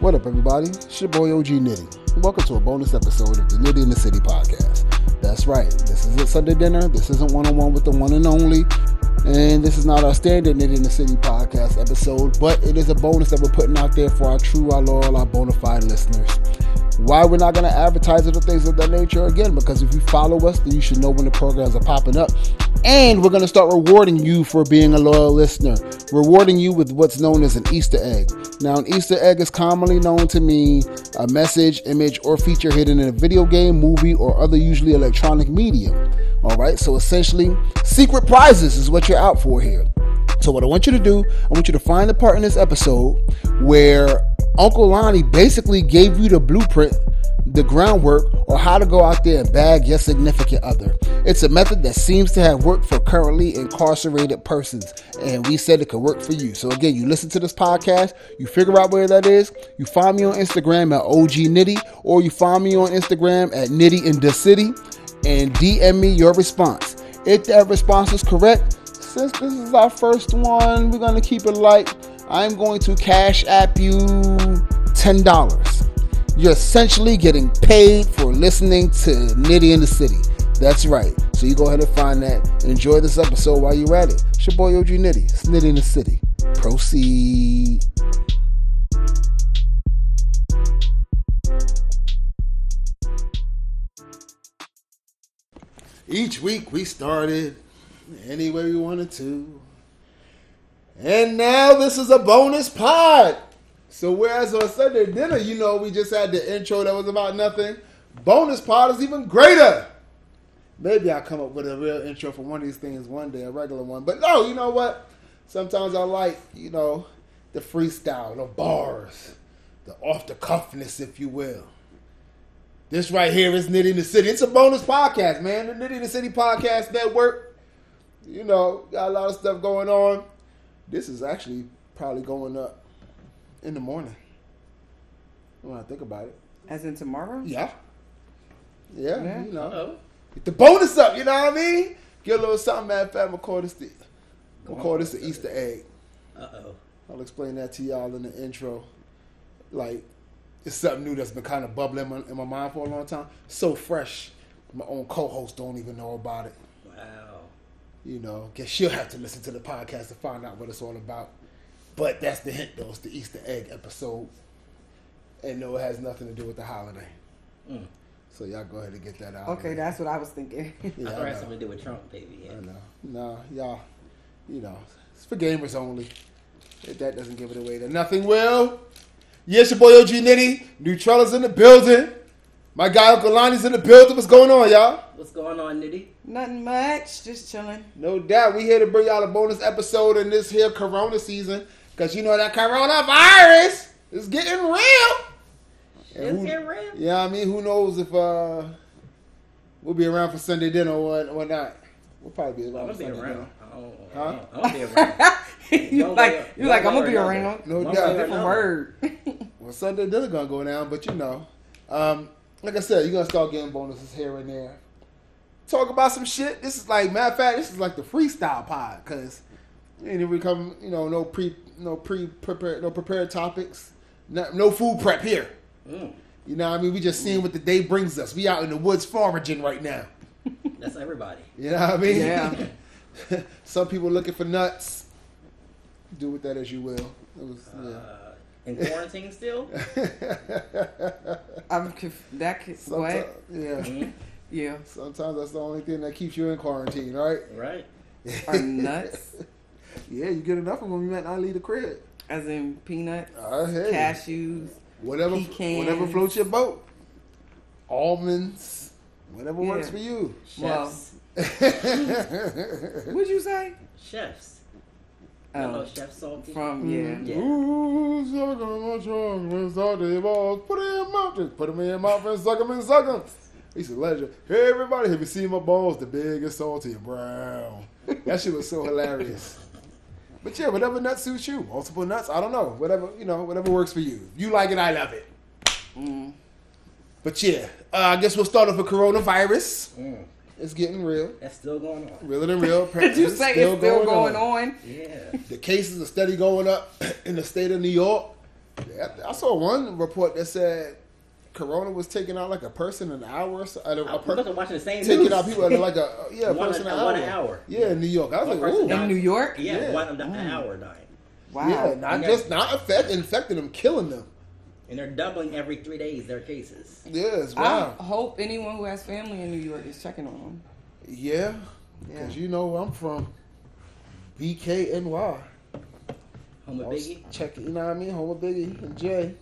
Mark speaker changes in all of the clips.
Speaker 1: What up, everybody? It's your boy OG Nitty. Welcome to a bonus episode of the Nitty in the City podcast. That's right, this isn't Sunday dinner, this isn't one on one with the one and only, and this is not our standard Nitty in the City podcast episode, but it is a bonus that we're putting out there for our true, our loyal, our bona fide listeners. Why we're not going to advertise it or things of that nature again, because if you follow us, then you should know when the programs are popping up. And we're going to start rewarding you for being a loyal listener, rewarding you with what's known as an Easter egg. Now, an Easter egg is commonly known to mean a message, image, or feature hidden in a video game, movie, or other usually electronic medium. All right, so essentially, secret prizes is what you're out for here. So, what I want you to do, I want you to find the part in this episode where Uncle Lonnie basically gave you the blueprint, the groundwork, or how to go out there and bag your significant other. It's a method that seems to have worked for currently incarcerated persons, and we said it could work for you. So, again, you listen to this podcast, you figure out where that is, you find me on Instagram at OG Nitty, or you find me on Instagram at Nitty in the City, and DM me your response. If that response is correct, since this is our first one, we're gonna keep it light. I'm going to cash app you ten dollars. You're essentially getting paid for listening to Nitty in the City. That's right. So you go ahead and find that. Enjoy this episode while you're at it. It's your boy OG Nitty. It's Nitty in the City. Proceed. Each week we started any way we wanted to. And now this is a bonus pod. So whereas on Sunday dinner, you know, we just had the intro that was about nothing. Bonus pod is even greater. Maybe I'll come up with a real intro for one of these things one day, a regular one. But no, you know what? Sometimes I like, you know, the freestyle, the bars, the off the cuffness, if you will. This right here is Nitty in the City. It's a bonus podcast, man. The Nitty in the City Podcast Network you know, got a lot of stuff going on. This is actually probably going up in the morning. When I think about it.
Speaker 2: As in tomorrow?
Speaker 1: Yeah. Yeah, you know.
Speaker 3: Uh-oh.
Speaker 1: Get the bonus up, you know what I mean? Get a little something, man. Fat McCall, this the, we'll call this the Easter egg.
Speaker 3: Uh-oh.
Speaker 1: I'll explain that to y'all in the intro. Like, it's something new that's been kind of bubbling in my, in my mind for a long time. So fresh. My own co host don't even know about it.
Speaker 3: Wow.
Speaker 1: you know, guess she'll have to listen to the podcast to find out what it's all about. But that's the hint, though. It's the Easter egg episode. And no, it has nothing to do with the holiday.
Speaker 3: Mm.
Speaker 1: So y'all go ahead and get that out.
Speaker 2: Okay, that's what I was thinking.
Speaker 1: Yeah, I
Speaker 3: I thought it had
Speaker 1: know.
Speaker 3: something to do with Trump, baby. Yeah.
Speaker 1: I know. No, y'all, you know, it's for gamers only. If that doesn't give it away, then nothing will. Yes, your boy OG Nitty. Neutrala's in the building. My guy Uncle Lonnie's in the building. What's going on, y'all?
Speaker 3: What's going on, Nitty?
Speaker 2: Nothing much, just chilling.
Speaker 1: No doubt. We here to bring y'all a bonus episode in this here Corona season. Because you know that coronavirus is getting real.
Speaker 3: It's getting real.
Speaker 1: Yeah, I mean, who knows if uh, we'll be around for Sunday dinner or, or not. We'll probably be around
Speaker 3: I'm
Speaker 1: for
Speaker 3: gonna Oh, be
Speaker 1: Sunday
Speaker 3: around.
Speaker 1: dinner.
Speaker 3: I don't-
Speaker 1: Huh?
Speaker 3: I don't be around.
Speaker 2: you
Speaker 3: One way
Speaker 2: like
Speaker 3: or-
Speaker 2: you like
Speaker 3: one
Speaker 2: I'm gonna
Speaker 3: way
Speaker 2: be
Speaker 3: or another.
Speaker 2: around.
Speaker 1: No doubt.
Speaker 3: One way or
Speaker 1: Different
Speaker 2: Different
Speaker 3: another.
Speaker 2: word.
Speaker 1: Well, Sunday dinner going to go down, but you know. Um, like I said, you're going to start getting bonuses here and there. Talk about some shit. This is like, matter of fact, this is like the freestyle pod because and then we come, you know, no pre, no pre prepared, no prepared topics, no, no food prep here.
Speaker 3: Mm.
Speaker 1: You know, what I mean, we just seeing what the day brings us. We out in the woods foraging right now.
Speaker 3: That's everybody.
Speaker 1: You know what I mean?
Speaker 2: Yeah.
Speaker 1: Some people looking for nuts. Do with that as you will. It was,
Speaker 3: Uh, in quarantine still?
Speaker 1: yeah.
Speaker 2: I'm conf- that could,
Speaker 1: Someti-
Speaker 2: what?
Speaker 1: Yeah.
Speaker 3: Mm,
Speaker 2: Yeah,
Speaker 1: Sometimes that's the only thing that keeps you in quarantine, right?
Speaker 3: Right.
Speaker 2: are nuts?
Speaker 1: Yeah, you get enough of them. You might not leave the crib.
Speaker 2: As in peanuts,
Speaker 1: Uh, hey.
Speaker 2: cashews.
Speaker 1: whatever
Speaker 2: Pecans.
Speaker 1: whatever floats your boat. Almonds, whatever works
Speaker 2: Yeah.
Speaker 1: for you.
Speaker 3: Chefs.
Speaker 2: Well- What'd you say?
Speaker 3: Chefs. I know
Speaker 2: Oh,
Speaker 3: Chef Salty. Mm,
Speaker 2: from yeah.
Speaker 3: Yeah.
Speaker 1: Ooh, suck 'em, my trunk, and suck their balls. Put 'em in my mouth, put 'em in your mouth and suck 'em and suck 'em. He's a legend. Hey, everybody, have you seen my balls? The big and salty and brown. That shit was so hilarious. But yeah, whatever nut suits you. Multiple nuts, I don't know. Whatever, you know, whatever works for you. If you like it, I love it.
Speaker 2: Mm.
Speaker 1: But yeah, uh, I guess we'll start off with coronavirus.
Speaker 3: Mm,
Speaker 1: It's getting real.
Speaker 3: That's still going on.
Speaker 1: Realer than real.
Speaker 2: Did you
Speaker 1: Apparently,
Speaker 2: say it's still going on?
Speaker 3: Yeah.
Speaker 1: The cases are steady going up in the state of New York. Yeah, I saw one report that said Corona was taking out like a person an hour. Or so, out of-
Speaker 3: I'm
Speaker 1: a per,
Speaker 3: fucking watching the same
Speaker 1: taking
Speaker 3: news.
Speaker 1: out people under like a yeah a
Speaker 3: One-
Speaker 1: person an hour.
Speaker 3: one hour.
Speaker 1: Yeah, in New York. I was
Speaker 3: One person
Speaker 1: like,
Speaker 3: died.
Speaker 1: ooh.
Speaker 2: In New York?
Speaker 3: Yeah,
Speaker 1: Yeah.
Speaker 3: one an hour dying,
Speaker 2: Wow.
Speaker 1: Yeah, not
Speaker 3: Okay.
Speaker 1: just not affect, infecting them, killing them.
Speaker 3: and they're doubling every three days their cases.
Speaker 1: Yes,
Speaker 2: I
Speaker 1: wow.
Speaker 2: hope anyone who has family in New York is checking on them.
Speaker 1: yeah, because
Speaker 2: Yeah.
Speaker 1: you know where I'm from BKNY.
Speaker 3: Home
Speaker 1: I
Speaker 3: with
Speaker 1: was
Speaker 3: Biggie.
Speaker 1: checking, you know what I mean? Home with Biggie and Jay.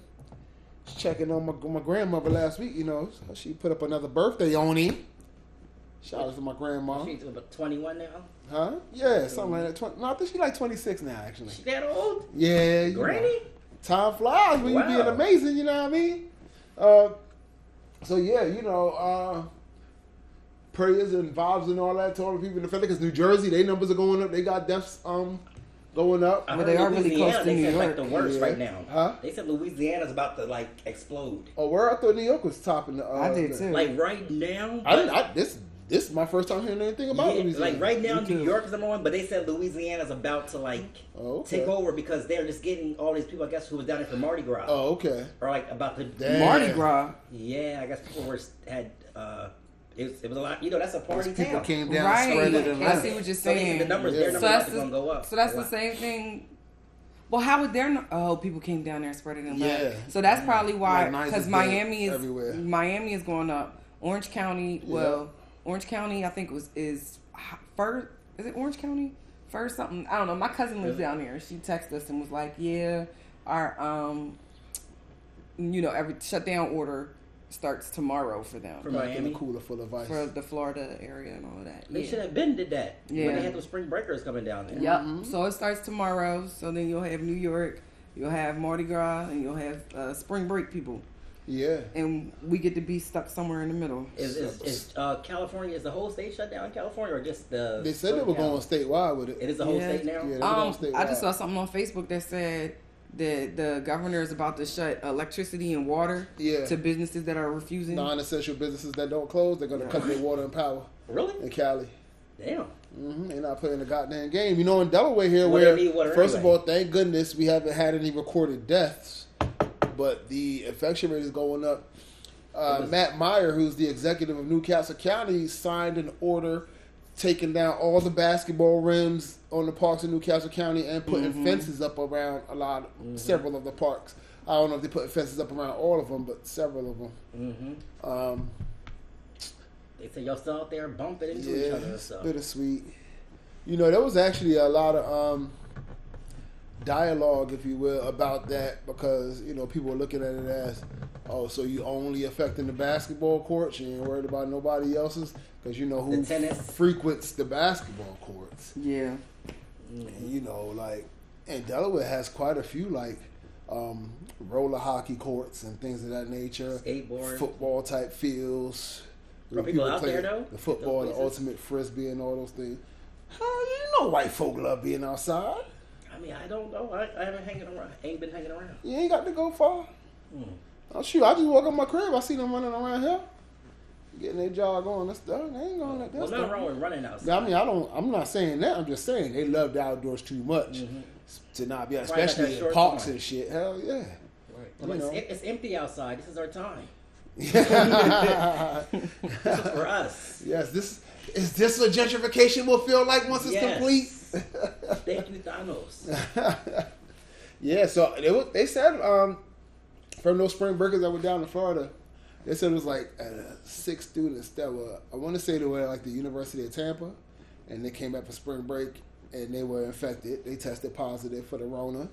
Speaker 1: Just checking on my, my grandmother last week, you know. So she put up another birthday on him. Shout out to my grandma.
Speaker 3: She's about 21 now.
Speaker 1: Huh? Yeah, something like that. 20, no, I think she's like 26 now, actually.
Speaker 3: She that old?
Speaker 1: Yeah. you know.
Speaker 3: Granny?
Speaker 1: time flies when
Speaker 3: Wow.
Speaker 1: you're being amazing, you know what I mean? Uh, so, yeah, you know, uh, prayers and vibes and all that to all the people in the family because New Jersey, their numbers are going up. They got deaths um, going up.
Speaker 3: I
Speaker 2: But
Speaker 3: heard
Speaker 2: they are really
Speaker 3: Louisiana,
Speaker 2: close to
Speaker 3: they
Speaker 2: New
Speaker 3: said,
Speaker 2: York.
Speaker 3: Like the worst
Speaker 1: Yeah.
Speaker 3: right now.
Speaker 1: Huh?
Speaker 3: They said Louisiana's about to like explode.
Speaker 1: Oh, where I thought New York was topping the. Uh,
Speaker 2: I did
Speaker 1: the-
Speaker 2: too.
Speaker 3: Like right now.
Speaker 1: I didn't. I, this this is my first time hearing anything about
Speaker 3: yeah,
Speaker 1: Louisiana.
Speaker 3: like right now,
Speaker 2: Me too.
Speaker 3: New York is number one, but they said Louisiana's about to like
Speaker 1: Oh, okay.
Speaker 3: take over because they're just getting all these people. I guess who was down there for Mardi Gras
Speaker 1: Oh, okay.
Speaker 3: or like about to
Speaker 1: Damn.
Speaker 2: Mardi
Speaker 1: Yeah.
Speaker 2: Gras.
Speaker 3: Yeah, I guess people were had. Uh, it, was, it was a lot. You know, that's a party town.
Speaker 1: People came down,
Speaker 2: Right.
Speaker 1: and spread it, and
Speaker 2: I
Speaker 1: left.
Speaker 2: see what you're
Speaker 3: So they-
Speaker 2: saying.
Speaker 3: the numbers,
Speaker 1: Yeah.
Speaker 3: their numbers
Speaker 1: So
Speaker 3: are
Speaker 2: that's,
Speaker 3: about to gonna go
Speaker 2: the,
Speaker 3: up.
Speaker 2: so that's
Speaker 3: a
Speaker 2: the
Speaker 3: lot.
Speaker 2: same thing. Well, how would their nu- oh people came down there and spread it in left.
Speaker 1: Yeah.
Speaker 2: So
Speaker 3: Mm.
Speaker 2: that's probably why
Speaker 1: Like, mine's
Speaker 2: because
Speaker 1: is
Speaker 2: Miami
Speaker 1: big
Speaker 2: is
Speaker 1: everywhere.
Speaker 2: Miami is going up. Orange County,
Speaker 1: Yeah.
Speaker 2: well, Orange County I think was is h- first. Is it Orange County first something? I don't know. My cousin lives
Speaker 3: Really?
Speaker 2: down there. She texted us and was like, "Yeah, our um, you know, every shutdown order starts tomorrow for them."
Speaker 3: For
Speaker 1: Back in the
Speaker 3: Miami.
Speaker 1: cooler full of ice.
Speaker 2: for the Florida area and all of that.
Speaker 3: They
Speaker 2: yeah.
Speaker 3: should have been did that
Speaker 2: Yeah.
Speaker 3: when they had those spring breakers coming down there.
Speaker 2: Yep. Mm-hmm. So it starts tomorrow. So then you'll have New York, you'll have Mardi Gras, and you'll have uh, spring break people,
Speaker 1: yeah.
Speaker 2: and we get to be stuck somewhere in the middle.
Speaker 3: Is, is, is uh, California is the whole state shut down in California or just the?
Speaker 1: They said they were
Speaker 3: SoCal?
Speaker 1: going statewide with
Speaker 3: It
Speaker 1: it.
Speaker 3: is the whole
Speaker 2: Yeah.
Speaker 3: state now.
Speaker 1: Yeah, they-
Speaker 2: Um,
Speaker 1: Stay
Speaker 2: I just saw
Speaker 1: wild.
Speaker 2: something on Facebook that said that the governor is about to shut electricity and water
Speaker 1: Yeah.
Speaker 2: to businesses that are refusing.
Speaker 1: Non-essential businesses that don't close, they're going to cut their water and power in
Speaker 3: Really?
Speaker 1: Cali.
Speaker 3: Damn.
Speaker 1: hmm They're not playing the goddamn game. You know, in Delaware here,
Speaker 3: Well,
Speaker 1: where
Speaker 3: they need water
Speaker 1: first
Speaker 3: anyway.
Speaker 1: of all, thank goodness we haven't had any recorded deaths, but the infection rate is going up. Uh,
Speaker 3: was-
Speaker 1: Matt Meyer, who's the executive of Newcastle County, signed an order taking down all the basketball rims on the parks in Newcastle County and putting
Speaker 3: Mm-hmm.
Speaker 1: fences up around a lot, several of the parks. I don't know if they put fences up around all of them, but several of them.
Speaker 3: hmm
Speaker 1: Um,
Speaker 3: They said y'all still out there bumping into each
Speaker 1: yeah,
Speaker 3: other and
Speaker 1: it's
Speaker 3: stuff.
Speaker 1: bittersweet. You know, there was actually a lot of um, dialogue, if you will, about that because you know people were looking at it as, oh, so you only affecting the basketball courts, you ain't worried about nobody else's, because you know who
Speaker 3: The tennis.
Speaker 1: frequents the basketball courts.
Speaker 2: Yeah.
Speaker 1: And, you know, like, and Delaware has quite a few like um, roller hockey courts and things of that nature,
Speaker 3: Skateboard.
Speaker 1: football type fields. You know,
Speaker 3: Are people out
Speaker 1: play
Speaker 3: there, though?
Speaker 1: The football, the
Speaker 3: Those places?
Speaker 1: ultimate frisbee, and all those things. Hell, you know, white folk love being outside.
Speaker 3: I mean, I don't know. I, I haven't hanging around. Ain't been hanging around.
Speaker 1: You ain't got to go far.
Speaker 3: Mm.
Speaker 1: Oh shoot! I just walk up my crib. I see them running around here, getting their jog on. That's they ain't going like that.
Speaker 3: Well, nothing wrong with running outside.
Speaker 1: I mean, I don't. I'm not saying that. I'm just saying they love the outdoors too much to not be, out,
Speaker 3: Probably got
Speaker 1: especially
Speaker 3: Mm-hmm. that
Speaker 1: in
Speaker 3: short
Speaker 1: parks
Speaker 3: arm.
Speaker 1: and shit. Hell yeah.
Speaker 3: Right.
Speaker 1: You
Speaker 3: Like,
Speaker 1: know.
Speaker 3: it's, it's empty outside. This is our time. This is
Speaker 1: yes,
Speaker 3: for us.
Speaker 1: this is this what gentrification will feel like once it's
Speaker 3: Yes.
Speaker 1: complete.
Speaker 3: Thank you, Thanos.
Speaker 1: yeah, so they wa- they said um, from those spring breakers that were down in Florida, they said it was like uh, six students that were I want to say they were at, like the University of Tampa, and they came back for spring break and they were infected. They tested positive for the Rona.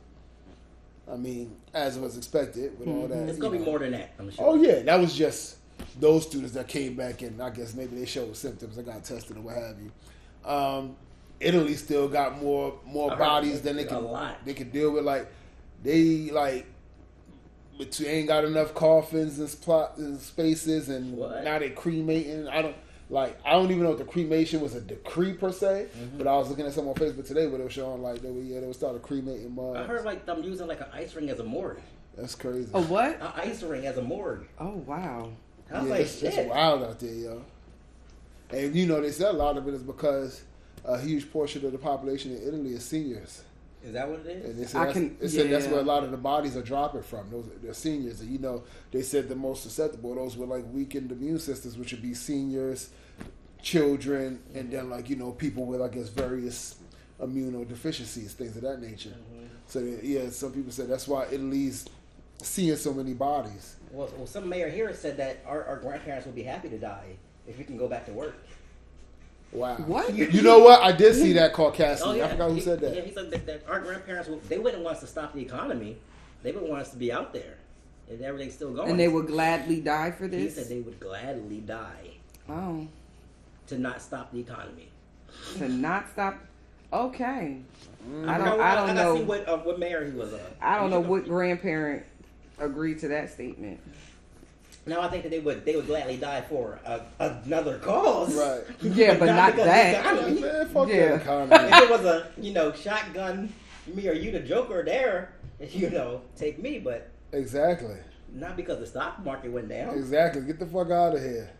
Speaker 1: I mean, as was expected with all that.
Speaker 3: It's
Speaker 1: you
Speaker 3: gonna be
Speaker 1: know.
Speaker 3: more than that. I'm sure.
Speaker 1: Oh yeah, that was just those students that came back and I guess maybe they showed symptoms and got tested or what have you. Um, Italy still got more more
Speaker 3: I heard
Speaker 1: bodies than they
Speaker 3: a
Speaker 1: can
Speaker 3: lot.
Speaker 1: they can deal with. Like they like between ain't got enough coffins and splots and spaces and
Speaker 3: What?
Speaker 1: now they cremating. I don't like I don't even know if the cremation was a decree per se,
Speaker 3: Mm-hmm.
Speaker 1: but I was looking at something on Facebook today where they were showing like they were yeah they were starting cremating mugs.
Speaker 3: I heard like them using like an ice ring as a morgue.
Speaker 1: That's crazy.
Speaker 2: A Oh, what?
Speaker 3: An ice ring as a morgue.
Speaker 2: Oh wow.
Speaker 3: I was
Speaker 1: yeah,
Speaker 3: like,
Speaker 1: it's, it's
Speaker 3: shit.
Speaker 1: wild out there, yo. And you know, they said a lot of it is because a huge portion of the population in Italy is seniors.
Speaker 3: Is that what it
Speaker 1: And
Speaker 3: is?
Speaker 1: they said,
Speaker 2: I
Speaker 1: that's,
Speaker 2: can-
Speaker 1: they said that's
Speaker 2: yeah.
Speaker 1: where a lot of the bodies are dropping from. Those the seniors, and you know, they said the most susceptible those were like weakened immune systems, which would be seniors, children, and then like you know people with I guess various immunodeficiencies, things of that nature.
Speaker 3: Mm-hmm.
Speaker 1: So yeah, some people said that's why Italy's seeing so many bodies.
Speaker 3: Well, well, some mayor here said that our, our grandparents would be happy to die if we can go back to work.
Speaker 1: Wow.
Speaker 2: What?
Speaker 1: You know what? I did see that called Cassidy. I forgot who
Speaker 3: He-
Speaker 1: said that.
Speaker 3: Oh, Yeah, he said that, that our grandparents would, they wouldn't want us to stop the economy. They would want us to be out there, and everything's still going.
Speaker 2: And they would gladly die for
Speaker 3: He
Speaker 2: this.
Speaker 3: said they would gladly die
Speaker 2: oh,
Speaker 3: to not stop the economy.
Speaker 2: to not stop. Okay, I don't.
Speaker 3: forgot what-
Speaker 2: I don't
Speaker 3: gotta see
Speaker 2: know.
Speaker 3: what uh, what mayor he was on.
Speaker 2: I don't
Speaker 3: He
Speaker 2: know
Speaker 3: should-
Speaker 2: what grandparent agreed to that statement.
Speaker 3: Now I think that they would they would gladly die for a, another cause.
Speaker 1: Right.
Speaker 2: Yeah, but not
Speaker 3: because of
Speaker 2: that.
Speaker 3: the economy.
Speaker 1: Man, fuck
Speaker 2: Yeah.
Speaker 1: that economy.
Speaker 3: if it was a you know shotgun, me or you, the Joker, there, you know, take me, but
Speaker 1: exactly.
Speaker 3: not because the stock market went down.
Speaker 1: Exactly. Get the fuck out of here.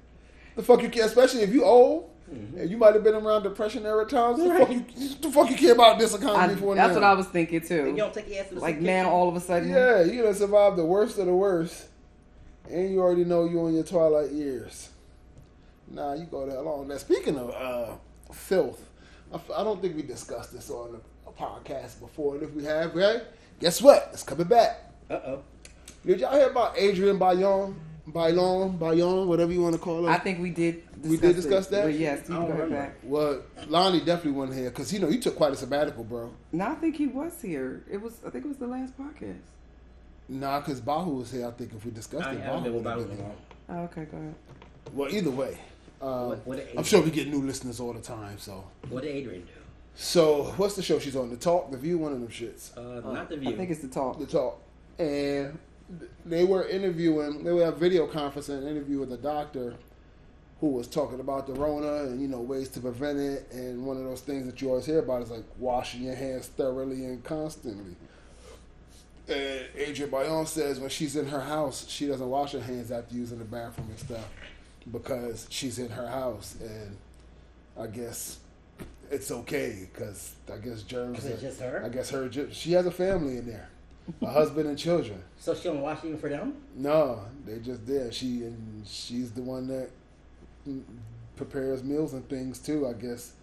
Speaker 1: The fuck you care, especially if you old. And you might have been around depression era times. The, fuck you, the fuck you care about this
Speaker 2: I,
Speaker 1: economy for
Speaker 2: that's
Speaker 1: now?
Speaker 2: what I was thinking too.
Speaker 3: You don't take your ass to the
Speaker 2: Like
Speaker 3: kitchen.
Speaker 2: now, all of a sudden,
Speaker 1: Yeah, you done survived the worst of the worst, and you already know you on your twilight years. Nah, you go that long. Now, speaking of uh, filth, I, f- I don't think we discussed this on a, a podcast before, and if we have, right? Guess what? It's coming back.
Speaker 3: Uh oh.
Speaker 1: Did y'all hear about Adrian Bayon, Bayon, Bayon, whatever you want to call her?
Speaker 2: I think we did. Discuss
Speaker 1: We did discuss
Speaker 2: it,
Speaker 1: that?
Speaker 2: But yes, you
Speaker 3: I
Speaker 2: can
Speaker 3: don't
Speaker 2: go
Speaker 3: remember.
Speaker 2: back.
Speaker 1: well, Lonnie definitely wasn't here because you know you took quite a sabbatical, bro.
Speaker 2: No, I think he was here. It was. I think it was the last podcast.
Speaker 1: Nah, because Bahu was here. I think if we discussed
Speaker 3: I, I
Speaker 1: it,
Speaker 3: don't know
Speaker 1: Bahu would
Speaker 3: about
Speaker 1: have
Speaker 3: it.
Speaker 1: been here.
Speaker 2: Oh, okay, go ahead.
Speaker 1: Well, either way, um,
Speaker 3: What- what-
Speaker 1: I'm sure we get new listeners all the time. So,
Speaker 3: What did Adrian do?
Speaker 1: so what's the show she's on? The Talk, The View, one of them shits.
Speaker 3: Uh, not the view.
Speaker 2: I think it's the talk.
Speaker 1: The Talk, and th- they were interviewing. They were at a video conference and interview with a doctor who was talking about the Rona and you know ways to prevent it. And one of those things that you always hear about is like washing your hands thoroughly and constantly. And Adrian Bayon says when she's in her house, she doesn't wash her hands after using the bathroom and stuff because she's in her house, and I guess it's okay because I guess germs.
Speaker 3: Is it
Speaker 1: are-
Speaker 3: just her?
Speaker 1: I guess her. ge- She has a family in there, a husband and children.
Speaker 3: so she don't watch even for them.
Speaker 1: No, they just there. She and she's the one that mm, prepares meals and things too, I guess.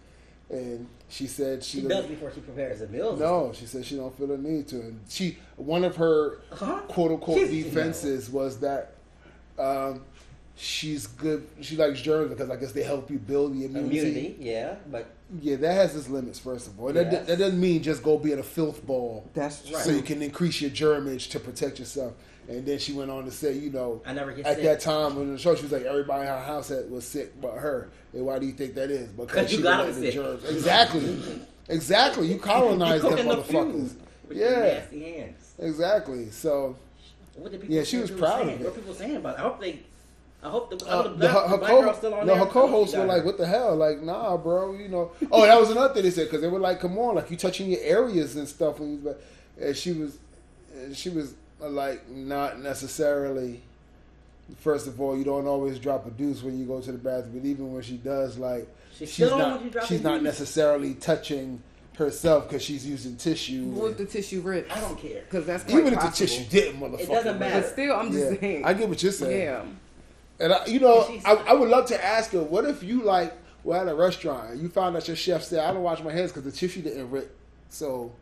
Speaker 1: And she said she,
Speaker 3: She does
Speaker 1: doesn't-
Speaker 3: before she prepares the meals.
Speaker 1: no, she said she don't feel the need to. And she one of her
Speaker 3: Huh?
Speaker 1: quote unquote
Speaker 3: She's-
Speaker 1: defenses was that um, she's good. She likes germs because I guess they help you build the immunity.
Speaker 3: Immunity. Yeah, but
Speaker 1: Yeah, that has its limits. First of all, that,
Speaker 3: Yes.
Speaker 1: that doesn't mean just go be in a filth ball
Speaker 2: That's
Speaker 3: Right.
Speaker 1: so you can increase your germage to protect yourself. And then she went on to say, you know,
Speaker 3: I never get
Speaker 1: at
Speaker 3: sick.
Speaker 1: that time when the show, she was like, everybody in her house had, was sick but her. And why do you think that is? Because
Speaker 3: 'Cause you
Speaker 1: she
Speaker 3: got
Speaker 1: let
Speaker 3: them
Speaker 1: the
Speaker 3: sick.
Speaker 1: germs. Exactly, exactly. You colonized
Speaker 3: You
Speaker 1: them
Speaker 3: cooking the
Speaker 1: motherfuckers.
Speaker 3: food with your
Speaker 1: Yeah,
Speaker 3: nasty hands.
Speaker 1: exactly. So
Speaker 3: What did people?
Speaker 1: Yeah, she
Speaker 3: what
Speaker 1: was
Speaker 3: people
Speaker 1: proud of
Speaker 3: saying?
Speaker 1: it.
Speaker 3: What people saying about it? I hope they. I hope the,
Speaker 1: Uh,
Speaker 3: uh, the,
Speaker 1: the-
Speaker 3: black,
Speaker 1: her,
Speaker 3: the
Speaker 1: her
Speaker 3: black
Speaker 1: co-
Speaker 3: girl's still on
Speaker 1: no,
Speaker 3: there.
Speaker 1: her co-hosts
Speaker 3: I
Speaker 1: were
Speaker 3: hope she
Speaker 1: like,
Speaker 3: got
Speaker 1: "What the hell? Like, nah, bro. You know." Oh, that was another thing they said because they were like, "Come on, like you touching your areas and stuff." When you, but and she was, and she was uh, like, not necessarily. First of all, you don't always drop a deuce when you go to the bathroom, but even when she does, like,
Speaker 3: She
Speaker 1: she's
Speaker 3: still don't
Speaker 1: not,
Speaker 3: want you dropping
Speaker 1: she's not
Speaker 3: deuce.
Speaker 1: necessarily touching herself because she's using tissue.
Speaker 2: with the
Speaker 1: and-
Speaker 2: tissue rips.
Speaker 3: I don't care.
Speaker 2: because that's quite
Speaker 1: even if the
Speaker 2: possible.
Speaker 1: tissue didn't, motherfucker.
Speaker 3: doesn't
Speaker 1: man.
Speaker 2: But still, I'm just
Speaker 1: Yeah,
Speaker 2: saying.
Speaker 1: I get what you're saying.
Speaker 2: Yeah.
Speaker 1: And I, you know,
Speaker 3: She's-
Speaker 1: I, I would love to ask her, what if you like were at a restaurant and you found out your chef said, I don't wash my hands because the tissue didn't rip. So,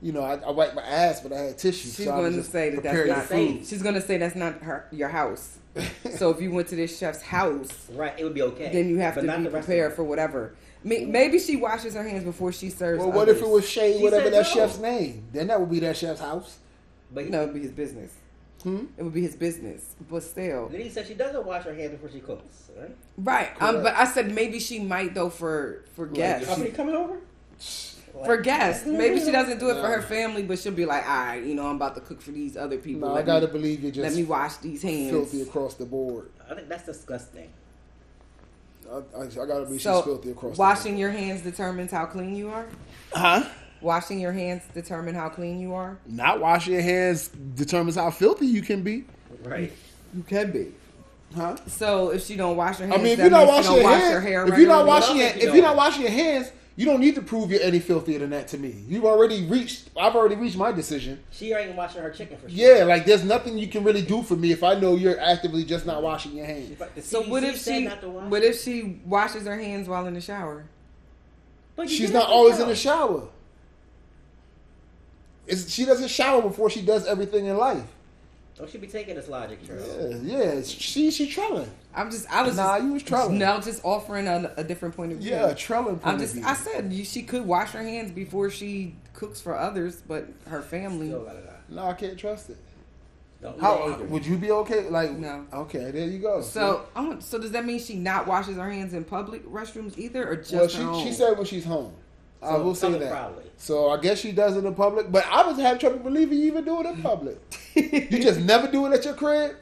Speaker 1: you know, I, I wiped my ass, but I had tissue.
Speaker 2: She's
Speaker 1: so I was
Speaker 2: going to
Speaker 1: just
Speaker 2: say that that's
Speaker 1: prepared
Speaker 2: not.
Speaker 1: the food.
Speaker 3: food.
Speaker 2: She's going to say that's not her, your house. so if you went to this chef's house,
Speaker 3: Right, it would be okay.
Speaker 2: then you have
Speaker 3: but
Speaker 2: to
Speaker 3: not
Speaker 2: be
Speaker 3: the rest of
Speaker 2: prepared
Speaker 3: it.
Speaker 2: for whatever. May- Maybe she washes her hands before she serves.
Speaker 1: Well, what if it
Speaker 2: others.
Speaker 1: was Shay,
Speaker 3: She
Speaker 1: whatever
Speaker 3: said
Speaker 1: that
Speaker 3: no.
Speaker 1: chef's name? Then that would be that chef's house.
Speaker 3: But he,
Speaker 2: No, it'd be his business.
Speaker 1: Hmm?
Speaker 2: It would be his business. But still,
Speaker 3: Then he said she doesn't wash her hands before she cooks. Right?
Speaker 2: right? Um,
Speaker 1: Correct.
Speaker 2: but I said maybe she might though for for guests.
Speaker 1: if she-
Speaker 3: Company coming over?
Speaker 2: for guests, maybe she doesn't do it for
Speaker 1: Nah.
Speaker 2: her family, but she'll be like, all right, you know, I'm about to cook for these other
Speaker 1: No,
Speaker 2: people.
Speaker 1: I
Speaker 2: let,
Speaker 1: gotta
Speaker 2: me,
Speaker 1: believe you're
Speaker 2: let
Speaker 1: just
Speaker 2: me wash these hands.
Speaker 1: filthy across the board.
Speaker 3: I think that's disgusting.
Speaker 1: I, I, I gotta believe she's
Speaker 2: So
Speaker 1: filthy across
Speaker 2: washing your hands determines how clean you are.
Speaker 1: the board. Huh?
Speaker 2: Washing your hands determine how clean you are.
Speaker 1: Not washing your hands determines how filthy you can be.
Speaker 3: Right.
Speaker 2: You can be.
Speaker 1: Huh?
Speaker 2: So if she don't wash her hands,
Speaker 1: I mean, if
Speaker 2: that
Speaker 1: you're not
Speaker 2: means she
Speaker 1: washing
Speaker 2: don't
Speaker 1: your
Speaker 2: wash her
Speaker 1: hands,
Speaker 2: hair
Speaker 1: if you're not
Speaker 2: regularly.
Speaker 1: washing,
Speaker 3: Well,
Speaker 1: your,
Speaker 3: if you
Speaker 1: if you're not
Speaker 3: don't.
Speaker 1: washing your hands, You don't need to prove you're any filthier than that to me. You've already reached. I've already reached my decision.
Speaker 3: She ain't washing her chicken for sure.
Speaker 1: Yeah, like there's nothing you can really do for me if I know you're actively just not washing your hands.
Speaker 3: But the
Speaker 2: So
Speaker 3: CDC
Speaker 2: what if
Speaker 3: said
Speaker 2: she
Speaker 3: not to wash
Speaker 2: what
Speaker 3: it.
Speaker 2: if she washes her hands while in the shower?
Speaker 3: But you
Speaker 1: She's
Speaker 3: did
Speaker 1: not
Speaker 3: it
Speaker 1: always in the
Speaker 3: yourself.
Speaker 1: shower. It's, she doesn't shower before she does everything in life.
Speaker 3: Don't she be taking this logic, Charles?
Speaker 1: Yeah, yeah. She she trelling.
Speaker 2: I'm just I was
Speaker 1: Nah,
Speaker 2: just,
Speaker 1: you was trolling.
Speaker 2: No, just offering a, a different point of view.
Speaker 1: Yeah, trelling.
Speaker 2: I'm just I said you, she could wash her hands before she cooks for others, but her family.
Speaker 3: Still gotta die.
Speaker 1: no, I can't trust it.
Speaker 3: Don't
Speaker 1: How
Speaker 3: either.
Speaker 1: would you be okay? Like
Speaker 2: No.
Speaker 1: Okay, there you go.
Speaker 2: So, um, so does that mean she not washes her hands in public restrooms either, or just
Speaker 1: well,
Speaker 2: her
Speaker 1: she
Speaker 2: own?
Speaker 1: she said when she's home. I
Speaker 3: So,
Speaker 1: will say
Speaker 3: public
Speaker 1: that.
Speaker 3: probably.
Speaker 1: So I guess she does it in public, but I would have trouble believing you even do it in public. you just never do it at your crib.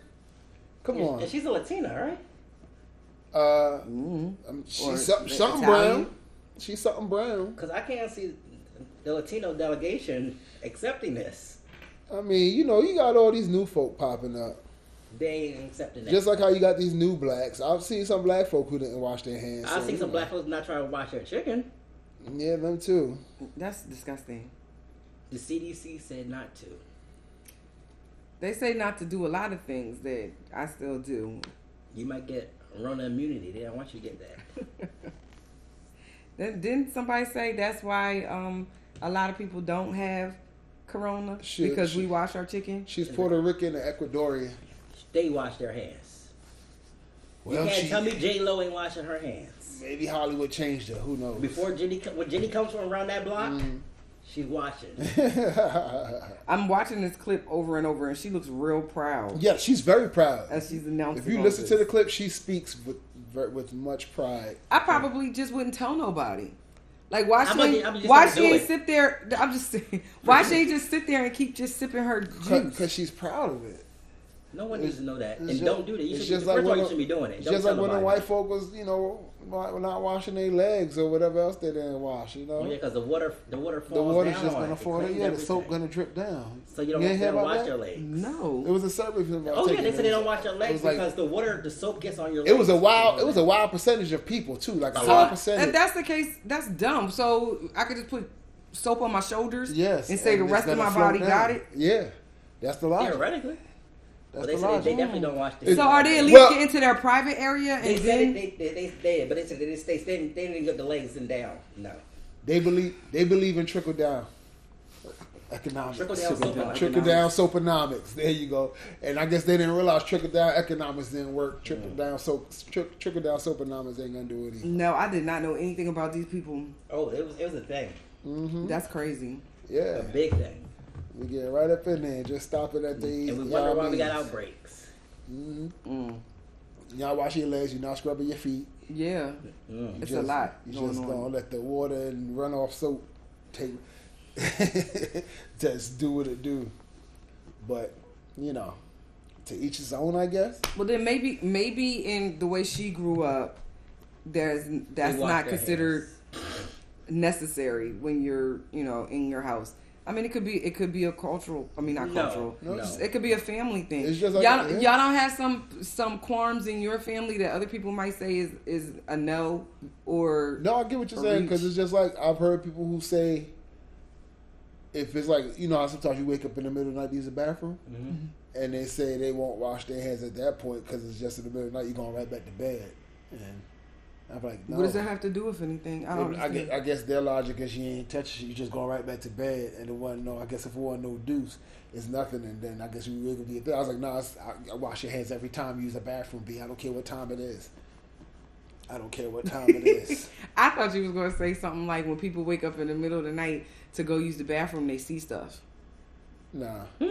Speaker 1: Come
Speaker 3: And-
Speaker 1: on.
Speaker 3: And she's a Latina, right?
Speaker 1: Uh, um,
Speaker 2: Or
Speaker 1: she's some,
Speaker 2: the
Speaker 1: something
Speaker 2: Italian.
Speaker 1: brown. She's something brown.
Speaker 3: Because I can't see the Latino delegation accepting this.
Speaker 1: I mean, you know, you got all these new folk popping up.
Speaker 3: They ain't accepting that.
Speaker 1: Just like how you got these new blacks. I've seen some black folk who didn't wash their hands.
Speaker 3: I
Speaker 1: so,
Speaker 3: see
Speaker 1: you
Speaker 3: some
Speaker 1: know.
Speaker 3: black folks not trying to wash their chicken.
Speaker 1: Yeah, them too.
Speaker 2: That's disgusting.
Speaker 3: The CDC said not to.
Speaker 2: They say not to do a lot of things that I still do.
Speaker 3: You might get Rona immunity. They don't want you to get that.
Speaker 2: Then didn't somebody say that's why um a lot of people don't have corona
Speaker 1: Shit,
Speaker 2: because we
Speaker 1: shit.
Speaker 2: wash our chicken?
Speaker 1: She's Puerto Rican and Ecuadorian.
Speaker 3: They wash their hands.
Speaker 1: Well,
Speaker 3: you can't
Speaker 1: she-
Speaker 3: tell me J Lo ain't washing her hands.
Speaker 1: Maybe Hollywood changed her. Who knows?
Speaker 3: Before Jenny, co- when Jenny comes from around that block,
Speaker 1: Mm-hmm.
Speaker 3: she's washing.
Speaker 2: I'm watching this clip over and over, and she looks real proud
Speaker 1: yeah, she's very proud.
Speaker 2: as she's announcing.
Speaker 1: if you
Speaker 2: all
Speaker 1: listen to the
Speaker 2: this.
Speaker 1: clip, she speaks with ver- with much pride.
Speaker 2: I probably just wouldn't tell nobody. Like why
Speaker 3: I'm
Speaker 2: she
Speaker 3: gonna-
Speaker 2: ain't-
Speaker 3: I'm just
Speaker 2: why
Speaker 3: gonna
Speaker 2: she
Speaker 3: do
Speaker 2: ain't
Speaker 3: it.
Speaker 2: sit there? I'm just saying, why she ain't just sit there and keep just sipping her juice?
Speaker 1: because she's proud of it.
Speaker 3: No one needs to know that, and
Speaker 1: It's
Speaker 3: don't do that. You
Speaker 1: it's
Speaker 3: should, be-
Speaker 1: just
Speaker 3: first of all,
Speaker 1: when
Speaker 3: you
Speaker 1: the-
Speaker 3: should be doing it.
Speaker 1: it's
Speaker 3: Don't
Speaker 1: Just
Speaker 3: tell
Speaker 1: like when the
Speaker 3: nobody.
Speaker 1: white folk was, you know, not not washing their legs or whatever else they didn't wash. You know,
Speaker 3: Oh, yeah, because the water, the water falls
Speaker 1: the water's
Speaker 3: down
Speaker 1: just
Speaker 3: on
Speaker 1: gonna
Speaker 3: it. It
Speaker 1: fall. down.
Speaker 3: cleans
Speaker 1: Yeah, the soap
Speaker 3: everything.
Speaker 1: gonna drip down.
Speaker 3: So you don't,
Speaker 1: You
Speaker 3: you
Speaker 1: ain't
Speaker 3: don't
Speaker 1: hear
Speaker 3: wash
Speaker 1: about
Speaker 3: your
Speaker 1: that?
Speaker 3: legs.
Speaker 1: It
Speaker 2: no,
Speaker 1: was a survey film. about
Speaker 3: Oh yeah,
Speaker 1: taking
Speaker 3: they
Speaker 1: it.
Speaker 3: said they don't wash your
Speaker 1: It
Speaker 3: legs
Speaker 1: was Mm-hmm. like-
Speaker 3: because the water, the soap gets on your.
Speaker 1: It
Speaker 3: legs.
Speaker 1: was a wild. It was a wild percentage of people too. Like a high
Speaker 2: so
Speaker 1: percentage.
Speaker 2: if that's the case, that's dumb. So I could just put soap on my shoulders,
Speaker 1: Yes.
Speaker 2: and say the
Speaker 1: it's
Speaker 2: rest of
Speaker 1: gonna
Speaker 2: my
Speaker 1: float
Speaker 2: body
Speaker 1: down.
Speaker 2: got it.
Speaker 1: Yeah. That's the logic.
Speaker 3: theoretically.
Speaker 1: That's
Speaker 3: But they
Speaker 1: the
Speaker 3: said
Speaker 1: logic.
Speaker 3: they, they definitely don't wash their.
Speaker 1: It-
Speaker 2: So are they at least
Speaker 1: Well-
Speaker 2: get into their private area
Speaker 3: They
Speaker 2: and
Speaker 3: said
Speaker 2: then
Speaker 3: it, they, they, they, they, but they said they didn't stay. They didn't, they didn't get the legs and down. No.
Speaker 1: They believe they believe in trickle down. Economics.
Speaker 3: Trickle down soap economics.
Speaker 1: Trickle down soaponomics. There you go. And I guess they didn't realize trickle down economics didn't work. Trickle down soap trick, trickle down soaponomics ain't gonna do
Speaker 3: Mm-hmm.
Speaker 1: anything.
Speaker 2: no, I did not know anything about these people.
Speaker 3: Oh, it was it was a thing,
Speaker 1: Mm-hmm.
Speaker 2: That's crazy.
Speaker 1: Yeah.
Speaker 3: a big thing,
Speaker 1: We get right up in there and just stop it at the
Speaker 3: and we
Speaker 1: y'all
Speaker 3: wonder why we got
Speaker 1: means.
Speaker 3: outbreaks.
Speaker 2: Mm.
Speaker 1: Y'all wash your legs, you're not scrubbing your feet.
Speaker 2: Yeah,
Speaker 3: Mm.
Speaker 2: it's a lot
Speaker 1: You
Speaker 2: going
Speaker 1: just
Speaker 2: on.
Speaker 1: gonna let the water and runoff soap take just do what it do. But you know, to each his own, I guess.
Speaker 2: Well, then maybe maybe in the way she grew up, there's that's
Speaker 3: They wash
Speaker 2: not
Speaker 3: their
Speaker 2: considered
Speaker 3: hands.
Speaker 2: necessary when you're you know in your house. I mean, it could be it could be a cultural. I mean, not
Speaker 3: No,
Speaker 2: cultural.
Speaker 3: no.
Speaker 2: Just- It could be a family thing.
Speaker 1: It's just like-
Speaker 2: y'all
Speaker 1: yeah.
Speaker 2: y'all don't have some some qualms in your family that other people might say is is a no or
Speaker 1: No, I get what you're saying because it's just like I've heard people who say, if it's like you know how sometimes you wake up in the middle of the night to use the bathroom,
Speaker 2: Mm-hmm.
Speaker 1: and they say they won't wash their hands at that point because it's just in the middle of the night you're going right back to bed, and I'm like, no.
Speaker 2: What does that have to do with anything? I don't.
Speaker 1: I guess,
Speaker 2: understand.
Speaker 1: I guess their logic is you ain't touching, you just going right back to bed, and it wasn't no. I guess if it wasn't no deuce, it's nothing, and then I guess you really be a thing. I was like, no, it's, I, I wash your hands every time you use the bathroom, B. I don't care what time it is. I don't care what time it is.
Speaker 2: I thought you was gonna say something like when people wake up in the middle of the night to go use the bathroom, they see stuff.
Speaker 1: Nah.
Speaker 2: Hmm?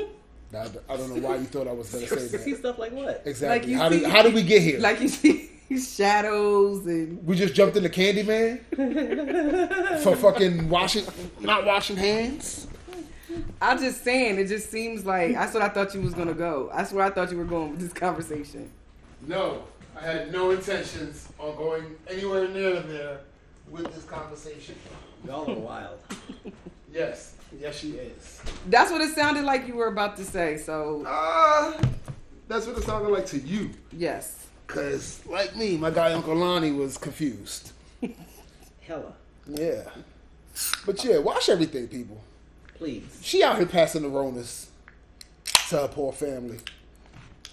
Speaker 1: Nah, I don't- I don't know why you thought I was going to say
Speaker 3: See
Speaker 1: that.
Speaker 3: stuff like what?
Speaker 2: Like
Speaker 1: Exactly.
Speaker 2: you
Speaker 1: how,
Speaker 2: see,
Speaker 1: did, how did we get here?
Speaker 2: Like you see shadows and
Speaker 1: we just jumped into Candyman for fucking washing, not washing hands.
Speaker 2: I'm just saying, it just seems like that's what I thought you was gonna go. That's where I thought you were going with this conversation.
Speaker 1: No, I had no intentions on going anywhere near there with this conversation.
Speaker 3: Y'all are wild.
Speaker 1: Yes, yes, she is.
Speaker 2: That's what it sounded like you were about to say. So
Speaker 1: Ah, that's what it sounded like to you.
Speaker 2: yes,
Speaker 1: Cause like me, my guy Uncle Lonnie was confused.
Speaker 3: Hella.
Speaker 1: Yeah. But yeah, watch everything, people.
Speaker 3: Please.
Speaker 1: She out here passing the Ronas to her poor family.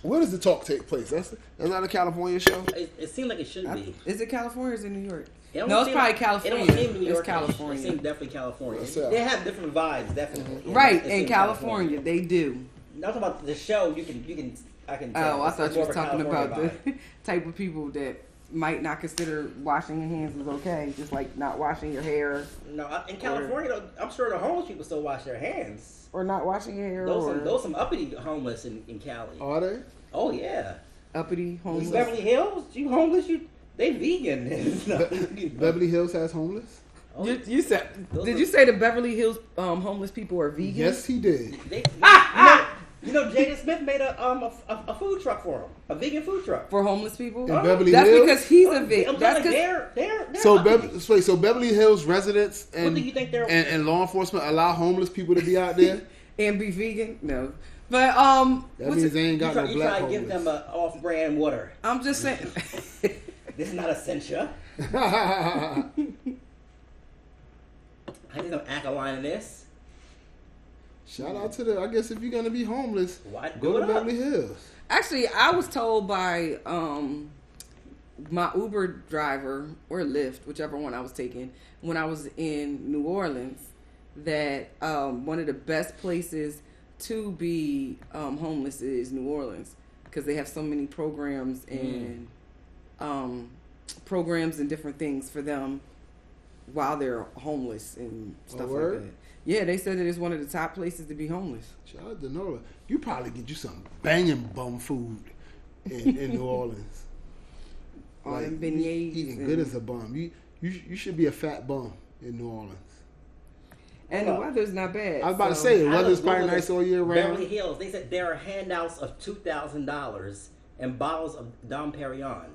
Speaker 1: Where does the talk take place? That's is that a California show?
Speaker 3: It, it seemed like it should be.
Speaker 2: Is it California or is it New York?
Speaker 3: It don't
Speaker 2: no, it's
Speaker 3: seem
Speaker 2: probably
Speaker 3: like-
Speaker 2: California.
Speaker 3: It don't seem New York.
Speaker 2: it's California.
Speaker 3: It seemed definitely California.
Speaker 1: What's up? Mm-hmm.
Speaker 3: They have different vibes, definitely.
Speaker 2: right,
Speaker 3: It
Speaker 2: in
Speaker 3: seemed
Speaker 2: California. They do.
Speaker 3: Not about the show. You can, you can, I can. tell.
Speaker 2: Oh, I
Speaker 3: It's
Speaker 2: thought you
Speaker 3: more
Speaker 2: was
Speaker 3: of a
Speaker 2: talking
Speaker 3: California
Speaker 2: about the type of people that might not consider washing your hands is okay, just like not washing your hair
Speaker 3: vibe. No, I- in California, though, I'm sure the homeless people still wash their hands.
Speaker 2: or not washing your hair
Speaker 3: Those
Speaker 2: or
Speaker 3: some, those some uppity homeless in, in Cali.
Speaker 1: Are they?
Speaker 3: Oh yeah,
Speaker 2: uppity homeless.
Speaker 3: Beverly Hills. You homeless? You they vegan?
Speaker 1: Be- Beverly Hills has homeless?
Speaker 3: Oh,
Speaker 2: You, you said?
Speaker 3: Those
Speaker 2: Did
Speaker 3: are-
Speaker 2: you say the Beverly Hills um, homeless people are vegan?
Speaker 1: Yes, he did.
Speaker 3: They, ah, you know, you know, Jaden Smith made a um a, a, a food truck for him, a vegan food truck.
Speaker 2: for homeless people.
Speaker 1: In Beverly
Speaker 2: That's
Speaker 1: Hills? Oh,
Speaker 2: because he's a
Speaker 3: I'm
Speaker 2: vegan.
Speaker 3: telling
Speaker 2: That's
Speaker 3: you,
Speaker 2: because
Speaker 3: they're they're, they're
Speaker 1: So,
Speaker 3: uppity.
Speaker 1: Bev- so wait, so Beverly Hills residents and,
Speaker 3: do you think they're-
Speaker 1: and and law enforcement allow homeless people to be out there?
Speaker 2: and be vegan. No, but um,
Speaker 1: That
Speaker 2: what's
Speaker 1: means
Speaker 2: it-
Speaker 1: they ain't
Speaker 3: you
Speaker 1: got
Speaker 3: try,
Speaker 1: no
Speaker 3: you
Speaker 1: black
Speaker 3: try to give them
Speaker 1: homeless.
Speaker 3: a off-brand water.
Speaker 2: I'm just saying.
Speaker 3: This is not Essentia. I need some alkaline in this.
Speaker 1: Shout out to the. I guess if you're gonna be homeless,
Speaker 3: Why- do
Speaker 1: go
Speaker 3: it
Speaker 1: to
Speaker 3: up.
Speaker 1: Beverly Hills.
Speaker 2: Actually, I was told by um my Uber driver or Lyft, whichever one I was taking, when I was in New Orleans, that um, one of the best places to be um, homeless is New Orleans because they have so many programs
Speaker 1: Mm.
Speaker 2: and um, programs and different things for them while they're homeless and stuff like
Speaker 1: word?
Speaker 2: that. Yeah, they said that it's one of the top places to be homeless.
Speaker 1: Shout out to Nora. You probably get you some banging bum food in, in New Orleans.
Speaker 2: All
Speaker 1: Like,
Speaker 2: them
Speaker 1: you
Speaker 2: beignets
Speaker 1: Eating
Speaker 2: and-
Speaker 1: good as a bum. You you you should be a fat bum in New Orleans.
Speaker 2: And the
Speaker 3: Hold up.
Speaker 2: weather's not bad.
Speaker 1: I was about to
Speaker 2: so-
Speaker 1: say the
Speaker 3: I
Speaker 1: weather's
Speaker 3: was
Speaker 1: probably
Speaker 3: Googling
Speaker 1: nice all year
Speaker 3: Beverly
Speaker 1: round.
Speaker 3: Hills. They said there are handouts of two thousand dollars and bottles of Dom Perignon.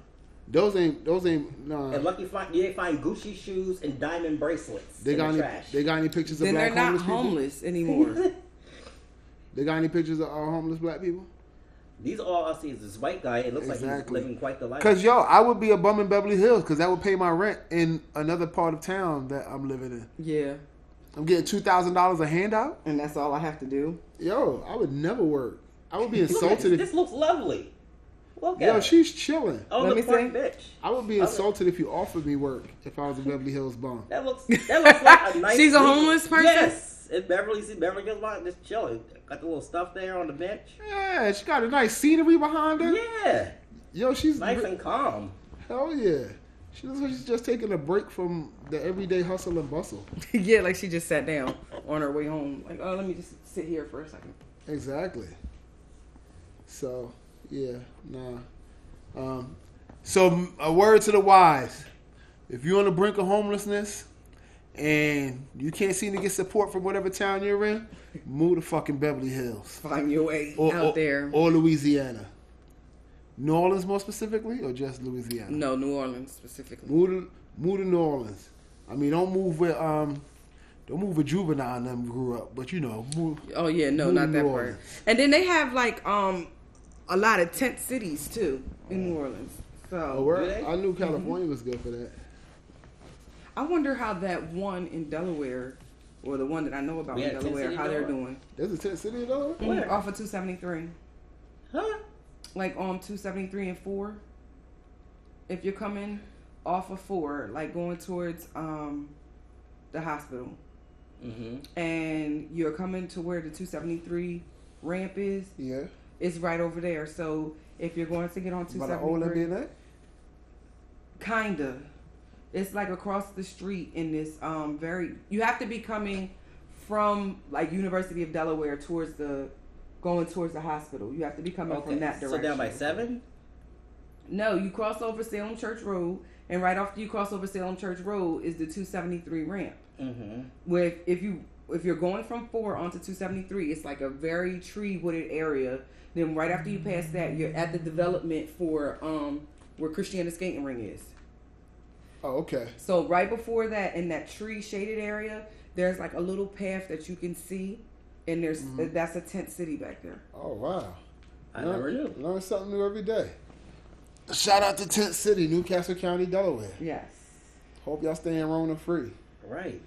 Speaker 1: Those ain't those ain't nah.
Speaker 3: And lucky find you didn't find Gucci shoes and diamond bracelets.
Speaker 1: They
Speaker 3: in
Speaker 1: got any,
Speaker 3: the trash.
Speaker 1: they got any pictures of
Speaker 2: then
Speaker 1: black
Speaker 2: they're not
Speaker 1: homeless people?
Speaker 2: homeless anymore.
Speaker 1: They got any pictures of all homeless black people?
Speaker 3: These are all I see is this white guy. It looks like he's
Speaker 1: Exactly.
Speaker 3: living quite the life.
Speaker 1: Cause yo, I would be a bum in Beverly Hills because that would pay my rent in another part of town that I'm living in.
Speaker 2: yeah,
Speaker 1: I'm getting two thousand dollars a handout.
Speaker 2: and that's all I have to do.
Speaker 1: Yo, I would never work. I would be
Speaker 3: Look at
Speaker 1: insulted
Speaker 3: this.
Speaker 1: if
Speaker 3: This looks lovely. Look at
Speaker 1: yo,
Speaker 3: her.
Speaker 1: she's chilling.
Speaker 3: Oh,
Speaker 2: Let
Speaker 3: the
Speaker 2: me
Speaker 3: park
Speaker 2: see.
Speaker 3: bitch.
Speaker 1: I would be insulted if you offered me work if I was in Beverly Hills bum.
Speaker 3: That looks. That looks like a nice.
Speaker 2: She's a
Speaker 3: legal-
Speaker 2: homeless person?
Speaker 3: Yes, in Beverly, see Beverly Hills, like, just chilling. Got the little stuff there on the bench.
Speaker 1: Yeah, she got a nice scenery behind her.
Speaker 3: Yeah,
Speaker 1: Yo, she's
Speaker 3: nice and calm.
Speaker 1: hell yeah. She looks like she's just taking a break from the everyday hustle and bustle.
Speaker 2: yeah, like she just sat down on her way home. Like, oh, let me just sit here for a second.
Speaker 1: Exactly. So, yeah, nah. Um, so, m- a word to the wise: if you're on the brink of homelessness and you can't seem to get support from whatever town you're in, move to fucking Beverly Hills
Speaker 2: Find your way
Speaker 1: or,
Speaker 2: out
Speaker 1: or-
Speaker 2: there.
Speaker 1: or Louisiana. New Orleans, more specifically, or just Louisiana?
Speaker 2: no, New Orleans specifically.
Speaker 1: Move to, move to New Orleans. I mean, don't move with um, don't move with juvenile and them grew up, but you know, move.
Speaker 2: Oh yeah, no,
Speaker 1: New
Speaker 2: not that
Speaker 1: Orleans.
Speaker 2: part. And then they have like um a lot of tent cities too in New Orleans.
Speaker 1: Oh,
Speaker 2: So
Speaker 1: where-
Speaker 3: they?
Speaker 1: I knew California was good for that.
Speaker 2: I wonder how that one in Delaware, or the one that I know about
Speaker 3: We
Speaker 2: in
Speaker 3: had a tent
Speaker 2: Delaware,
Speaker 3: city in
Speaker 2: how they're
Speaker 3: Delaware?
Speaker 2: doing.
Speaker 1: There's a tent city in Delaware.
Speaker 2: Mm,
Speaker 3: Where?
Speaker 2: Off of two seventy three.
Speaker 3: Huh?
Speaker 2: like on 273 and 4 if you're coming off of 4 like going towards um the hospital
Speaker 3: Mm-hmm.
Speaker 2: and you're coming to where the 273 ramp is
Speaker 1: Yeah,
Speaker 2: it's right over there so if you're going to get on
Speaker 1: by the old
Speaker 2: 273
Speaker 1: MBNA.
Speaker 2: kinda it's like across the street in this um very you have to be coming from like University of Delaware towards the going towards the hospital you have to be coming
Speaker 3: Okay.
Speaker 2: from that
Speaker 3: so
Speaker 2: direction
Speaker 3: down by seven.
Speaker 2: No, you cross over Salem Church Road, and right after you cross over Salem Church Road is the 273 ramp.
Speaker 3: Mm-hmm.
Speaker 2: With if you if you're going from four onto 273, it's like a very tree wooded area. Then right after you pass that, you're at the development for um where Christiana's skating ring is.
Speaker 1: Oh, okay.
Speaker 2: So right before that, in that tree shaded area, there's like a little path that you can see, and there's that's a tent city back there.
Speaker 1: Oh, wow.
Speaker 3: I never knew.
Speaker 1: Learn something new every day. Shout out to Tent City, Newcastle County, Delaware.
Speaker 2: Yes.
Speaker 1: Hope y'all staying Rona free.
Speaker 3: Right.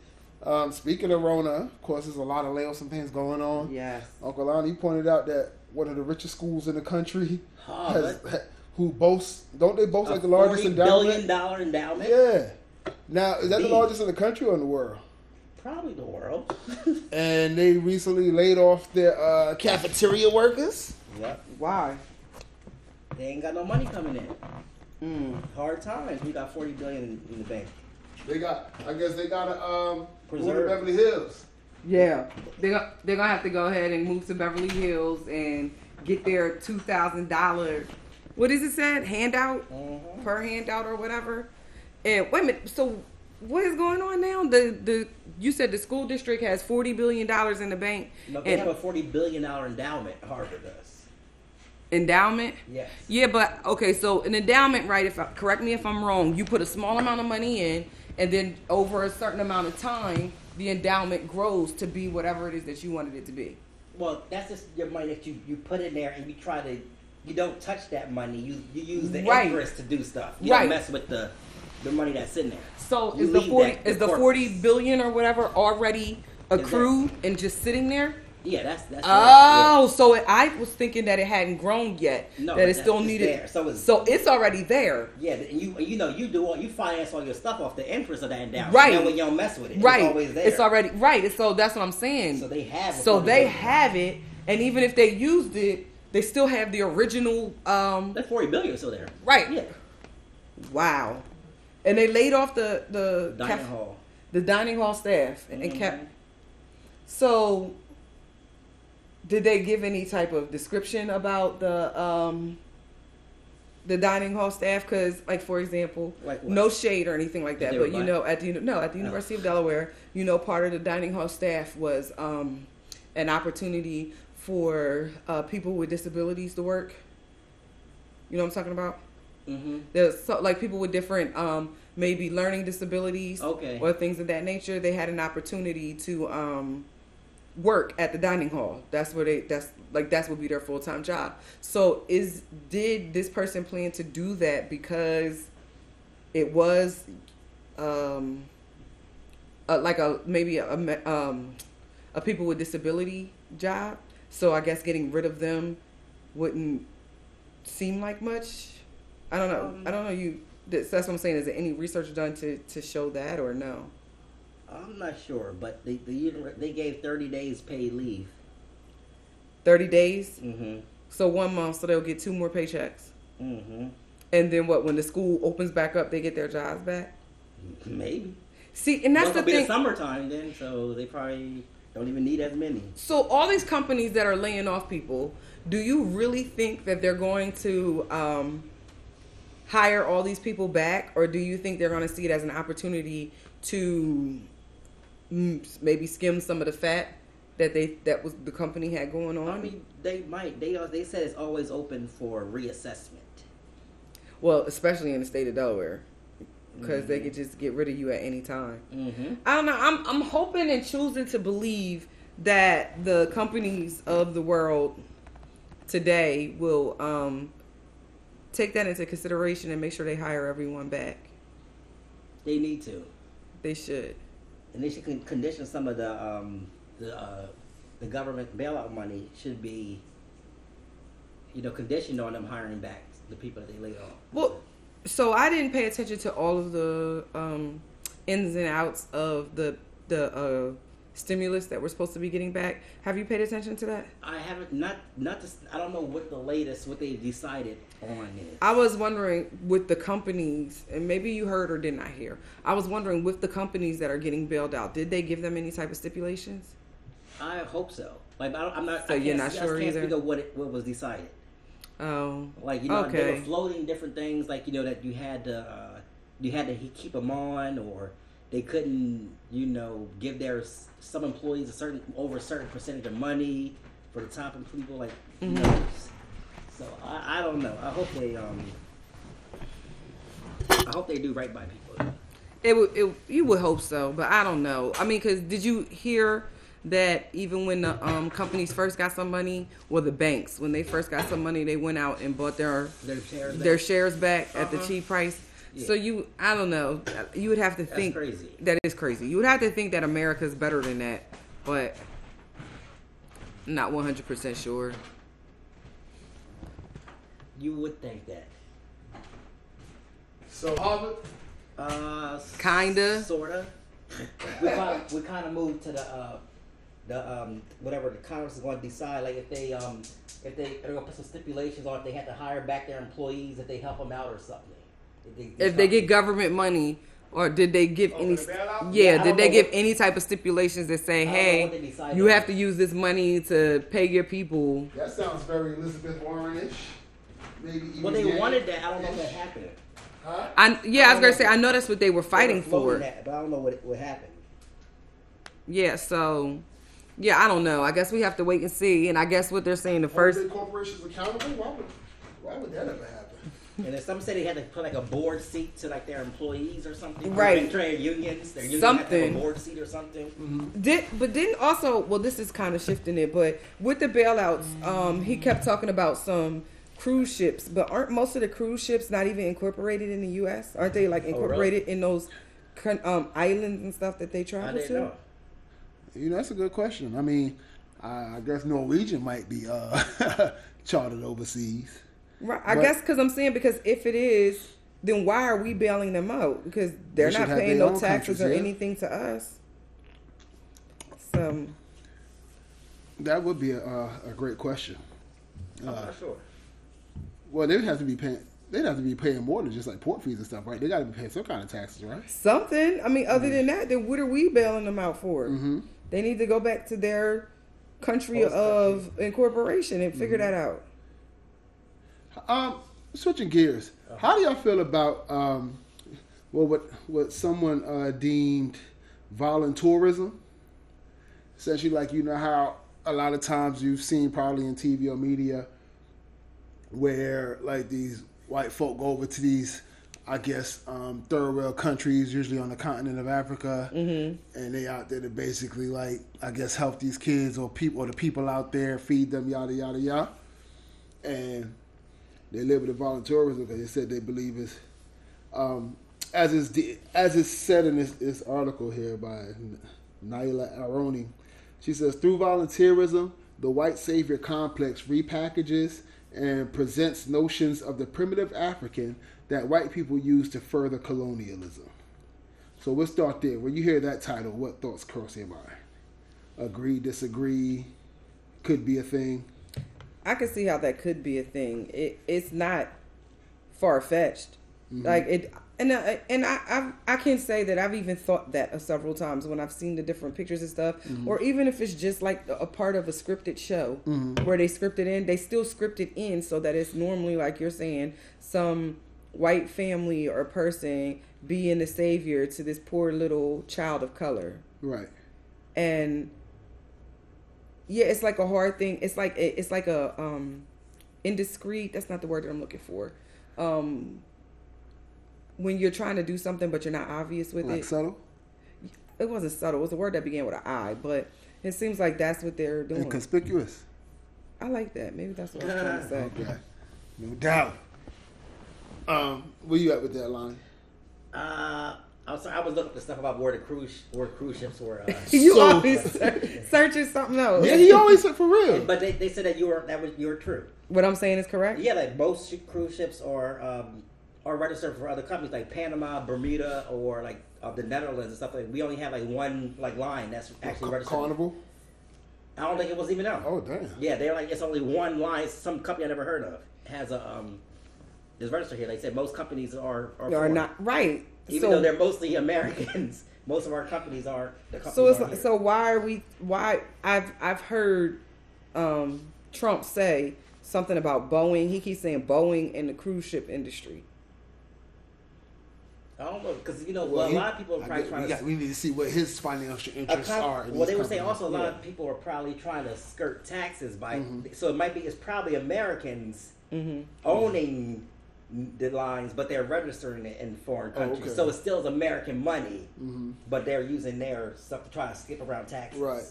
Speaker 1: Um, speaking of Rona, of course, there's a lot of layoffs and things going on.
Speaker 2: Yes.
Speaker 1: Uncle Lonnie pointed out that one of the richest schools in the country
Speaker 3: Oh,
Speaker 1: has,
Speaker 3: but-
Speaker 1: who boasts, don't they boast
Speaker 3: A
Speaker 1: like the largest
Speaker 3: $40
Speaker 1: endowment?
Speaker 3: billion dollar endowment.
Speaker 1: Yeah. Now, is that the
Speaker 3: Indeed.
Speaker 1: largest in the country or in the world?
Speaker 3: Probably the world.
Speaker 1: And they recently laid off their uh, cafeteria workers.
Speaker 3: yep.
Speaker 2: Why?
Speaker 3: They ain't got no money coming in.
Speaker 2: Mm.
Speaker 3: Hard times. We got forty billion in, in the bank.
Speaker 1: They got, I guess they got to um, move to
Speaker 3: Preserve.
Speaker 1: Beverly Hills.
Speaker 2: Yeah, they're go- they're gonna have to go ahead and move to Beverly Hills and get their two thousand dollar. What is it said? Handout
Speaker 3: Mhm.
Speaker 2: per handout or whatever. And wait a minute. So what is going on now? The the you said the school district has forty billion dollars in the bank
Speaker 3: No, they have a
Speaker 2: and
Speaker 3: forty billion dollar endowment. Harvard does.
Speaker 2: endowment.
Speaker 3: Yes.
Speaker 2: Yeah, but okay. So an endowment, right? If I, correct me if I'm wrong. You put a small amount of money in, and then over a certain amount of time, the endowment grows to be whatever it is that you wanted it to be.
Speaker 3: Well, that's just your money that you, you put in there, and you try to you don't touch that money. You you use the
Speaker 2: Right.
Speaker 3: interest to do stuff. You
Speaker 2: Right.
Speaker 3: don't mess with the the money that's in there.
Speaker 2: So
Speaker 3: You
Speaker 2: is the
Speaker 3: leave
Speaker 2: forty
Speaker 3: that
Speaker 2: is
Speaker 3: to
Speaker 2: the
Speaker 3: corporate.
Speaker 2: forty billion or whatever already
Speaker 3: that-
Speaker 2: accrued and just sitting there?
Speaker 3: Yeah, that's that's.
Speaker 2: Oh, so it, I was thinking that it hadn't grown yet.
Speaker 3: No,
Speaker 2: that it
Speaker 3: that's-
Speaker 2: still
Speaker 3: it's
Speaker 2: needed.
Speaker 3: there. So it's-
Speaker 2: it's already there.
Speaker 3: Yeah, yeah, and you you know you do all you finance all your stuff off the interest of that endowment.
Speaker 2: Right.
Speaker 3: And when you don't mess with it,
Speaker 2: right.
Speaker 3: it's always there.
Speaker 2: already right. So that's what I'm saying.
Speaker 3: So they have a
Speaker 2: So
Speaker 3: $40
Speaker 2: they
Speaker 3: billion.
Speaker 2: have it, and even if they used it, they still have the original. Um,
Speaker 3: That forty billion is still there.
Speaker 2: Right.
Speaker 3: Yeah.
Speaker 2: wow. And they laid off the the
Speaker 3: Dining
Speaker 2: caf-
Speaker 3: hall.
Speaker 2: the dining hall staff and, and kept
Speaker 3: Mhm.
Speaker 2: So, did they give any type of description about the um, the dining hall staff? Because, like for example,
Speaker 3: Like what?
Speaker 2: no shade or anything like
Speaker 3: That
Speaker 2: that,
Speaker 3: they
Speaker 2: but
Speaker 3: were
Speaker 2: you
Speaker 3: black?
Speaker 2: know, at the uni- no at the University of Delaware, you know, part of the dining hall staff was um, an opportunity for uh, people with disabilities to work. You know what I'm talking about?
Speaker 3: Mhm.
Speaker 2: there's so, like people with different um maybe learning disabilities
Speaker 3: Okay.
Speaker 2: or things of that nature they had an opportunity to um work at the dining hall that's where they that's like that's would be their full-time job so is did this person plan to do that because it was um uh, like a maybe a, a me- um a people with disability job so i guess getting rid of them wouldn't seem like much i don't know i don't know you that's, that's what i'm saying is there any research done to to show that or no
Speaker 3: I'm not sure, but they the, univer- they gave thirty days paid leave.
Speaker 2: 30 days
Speaker 3: Mhm.
Speaker 2: so one month so they'll get two more paychecks
Speaker 3: Mhm.
Speaker 2: and then what when the school opens back up they get their jobs back
Speaker 3: Maybe.
Speaker 2: see and that's
Speaker 3: Well,
Speaker 2: the
Speaker 3: it'll be
Speaker 2: thing
Speaker 3: the summertime then, so they probably don't even need as many.
Speaker 2: So all these companies that are laying off people, do you really think that they're going to um, hire all these people back, or do you think they're going to see it as an opportunity to mm, maybe skim some of the fat that they that was the company had going on?
Speaker 3: I mean, they might. They are- they said it's always open for reassessment.
Speaker 2: well, especially in the state of Delaware, because they could just get rid of you at any time.
Speaker 3: Mm-hmm.
Speaker 2: I don't know. I'm I'm hoping and choosing to believe that the companies of the world today will um, take that into consideration and make sure they hire everyone back.
Speaker 3: They need to,
Speaker 2: They should.
Speaker 3: and they should con- condition some of the um, the uh, the government bailout money should be, you know, conditioned on them hiring back the people that they laid off.
Speaker 2: Well, so I didn't pay attention to all of the um, ins and outs of the the uh, stimulus that we're supposed to be getting back. Have you paid attention to that?
Speaker 3: I haven't not not just I don't know what the latest what they decided on is.
Speaker 2: I was wondering with the companies, and maybe you heard or did not hear. I was wondering with the companies that are getting bailed out, did they give them any type of stipulations?
Speaker 3: I hope so. Like I don't, I'm not.
Speaker 2: So
Speaker 3: I
Speaker 2: you're
Speaker 3: can't,
Speaker 2: not
Speaker 3: I
Speaker 2: sure
Speaker 3: can't
Speaker 2: either?
Speaker 3: speak of what it, what was decided.
Speaker 2: Oh,
Speaker 3: Like you know, they
Speaker 2: okay,
Speaker 3: were floating different things. Like you know that you had to uh, you had to he- keep them on, or they couldn't you know give their s- some employees a certain over a certain percentage of money for the top and people like you
Speaker 2: Mm-hmm.
Speaker 3: know. s- So I, I don't know. I hope they um I hope they do right by people.
Speaker 2: it would. It, you would hope so, but I don't know. I mean, because did you hear that even when the um, companies first got some money, well, the banks when they first got some money, they went out and bought their
Speaker 3: Their shares. Uh-huh.
Speaker 2: their shares back at the cheap price. So you, I don't know. You would have to think
Speaker 3: crazy.
Speaker 2: That is crazy. You would have to think that America's better than that, but I'm not 100 percent sure.
Speaker 3: You would think that.
Speaker 4: So Harvard.
Speaker 3: Uh, s-
Speaker 2: Kinda.
Speaker 3: sorta. we kind of we kind of moved to the uh, the um whatever the Congress is going to decide, like if they um if they they're going to put some stipulations on if they have to hire back their employees if they help them out or something. If they,
Speaker 2: If they get government money, or did they give
Speaker 4: Oh,
Speaker 2: any?
Speaker 4: for the bailout?
Speaker 2: Yeah,
Speaker 3: Yeah, I
Speaker 2: did
Speaker 3: don't
Speaker 2: they
Speaker 3: know
Speaker 2: give
Speaker 3: what-
Speaker 2: any type of stipulations that say,
Speaker 3: I don't know what they
Speaker 2: hey,
Speaker 3: decide
Speaker 2: you
Speaker 3: on.
Speaker 2: have to use this money to pay your people?
Speaker 4: That sounds very Elizabeth Warren-ish. Maybe even
Speaker 3: well, they
Speaker 4: Yang-
Speaker 3: wanted that. I don't know if that happened.
Speaker 4: Huh?
Speaker 2: I yeah, I, was
Speaker 3: don't
Speaker 2: gonna
Speaker 3: know.
Speaker 2: say I know that's what they were fighting
Speaker 3: They were floating
Speaker 2: for.
Speaker 3: that, but I don't know what what happened.
Speaker 2: Yeah, so yeah, I don't know. I guess we have to wait and see. And I guess what they're saying the
Speaker 4: First,
Speaker 2: first
Speaker 4: big corporations accountable. Why would, why would that ever happen?
Speaker 3: And then some say they had to put like a board seat to like their employees or something.
Speaker 2: Right.
Speaker 3: Like, Trade unions. Their union something. Had
Speaker 2: Something.
Speaker 3: to have a
Speaker 2: Mm-hmm.
Speaker 3: board seat or something.
Speaker 2: Did but didn't also well this is kind of shifting it, but with the bailouts, um, he kept talking about some cruise ships, but aren't most of the cruise ships not even incorporated in the U.S.? Aren't they like
Speaker 3: Oh, really?
Speaker 2: incorporated in those con- um, islands and stuff that they
Speaker 3: I
Speaker 2: travel
Speaker 3: didn't
Speaker 2: to?
Speaker 3: know.
Speaker 1: You know, that's a good question. I mean, I, I guess Norwegian might be uh, chartered overseas.
Speaker 2: Right, I
Speaker 1: But-
Speaker 2: guess because I'm saying because if it is, then why are we bailing them out? Because they're
Speaker 1: should
Speaker 2: not
Speaker 1: have
Speaker 2: paying
Speaker 1: their
Speaker 2: no
Speaker 1: own
Speaker 2: taxes
Speaker 1: countries,
Speaker 2: or
Speaker 1: yeah.
Speaker 2: anything to us. So
Speaker 1: That would be a, uh, a great question.
Speaker 3: I'm not sure.
Speaker 1: Well, they'd have to be paying. They'd have to be paying more than just like port fees and stuff, right? They got to be paying some kind of taxes, right?
Speaker 2: something. I mean, other than that, then what are we bailing them out for? They need to go back to their country
Speaker 3: Host
Speaker 2: of incorporation and figure that out.
Speaker 1: Um, switching gears, how do y'all feel about um, well, what what someone uh, deemed volunteerism? Essentially, like you know how a lot of times you've seen probably in TV or media where like these white folk go over to these, I guess, um, third world countries, usually on the continent of Africa, and they out there to basically like I guess help these kids or people or the people out there feed them yada yada yada, and they live with the volunteerism because they said they believe it's um, as is de- as is said in this, this article here by N- Naila Aroni. She says through volunteerism, the white savior complex repackages and presents notions of the primitive African that white people use to further colonialism. So we'll start there. When you hear that title, what thoughts cross your mind? Agree, disagree, could be a thing.
Speaker 2: I can see how that could be a thing. It it's not far fetched, like it. And I, and I I've, I can say that I've even thought that of several times when I've seen the different pictures and stuff, or even if it's just like a part of a scripted show where they scripted in, they still scripted in so that it's normally like you're saying some white family or person being the savior to this poor little child of color
Speaker 1: Right.
Speaker 2: and yeah it's like a hard thing it's like it- it's like a um indiscreet that's not the word that i'm looking for um when you're trying to do something but you're not obvious with
Speaker 1: Like
Speaker 2: it
Speaker 1: subtle?
Speaker 2: it wasn't subtle it was a word that began with an i but it seems like that's what they're doing
Speaker 1: Inconspicuous.
Speaker 2: i like that maybe that's what i was trying to say
Speaker 1: Okay. No doubt. Um, where you at with that line?
Speaker 3: Uh, I'm sorry. I was looking up the stuff about where the cruise where cruise ships were. Uh,
Speaker 2: you
Speaker 1: So-
Speaker 2: always ser- searching something else
Speaker 1: Yeah, he always said for real.
Speaker 3: but they, they said that you were that was you were true.
Speaker 2: what i'm saying is correct
Speaker 3: Yeah, like most sh- cruise ships are um, are registered for other companies like Panama, Bermuda, or like uh, the Netherlands and stuff like. We only have like one like line that's actually
Speaker 1: Ca-
Speaker 3: registered.
Speaker 1: Carnival.
Speaker 3: I don't think it was even out.
Speaker 1: Oh damn.
Speaker 3: Yeah, they're like it's only one line. Some company I never heard of has a um, is registered here. They said most companies are are,
Speaker 2: are
Speaker 3: foreign.
Speaker 2: not right
Speaker 3: even
Speaker 2: So-
Speaker 3: though they're mostly Americans. Most of our companies are the companies
Speaker 2: So it's
Speaker 3: are
Speaker 2: like,
Speaker 3: here.
Speaker 2: so why are we why I've I've heard um Trump say something about Boeing. He keeps saying Boeing and the cruise ship industry.
Speaker 3: I don't know because you know
Speaker 1: Well,
Speaker 3: a lot of people
Speaker 1: I
Speaker 3: are probably
Speaker 1: guess
Speaker 3: trying
Speaker 1: we,
Speaker 3: to.
Speaker 1: got- we need to see what his financial
Speaker 3: a
Speaker 1: interests
Speaker 3: com-
Speaker 1: are. in
Speaker 3: well,
Speaker 1: these
Speaker 3: they were saying
Speaker 1: companies.
Speaker 3: also a lot of people are probably trying to skirt taxes by.
Speaker 1: Mm-hmm.
Speaker 3: So it might be it's probably Americans owning the lines, but they're registering it in foreign countries.
Speaker 1: Oh, okay. Mm-hmm.
Speaker 3: So it still is American money, but they're using their stuff to try to skip around taxes.
Speaker 1: Right.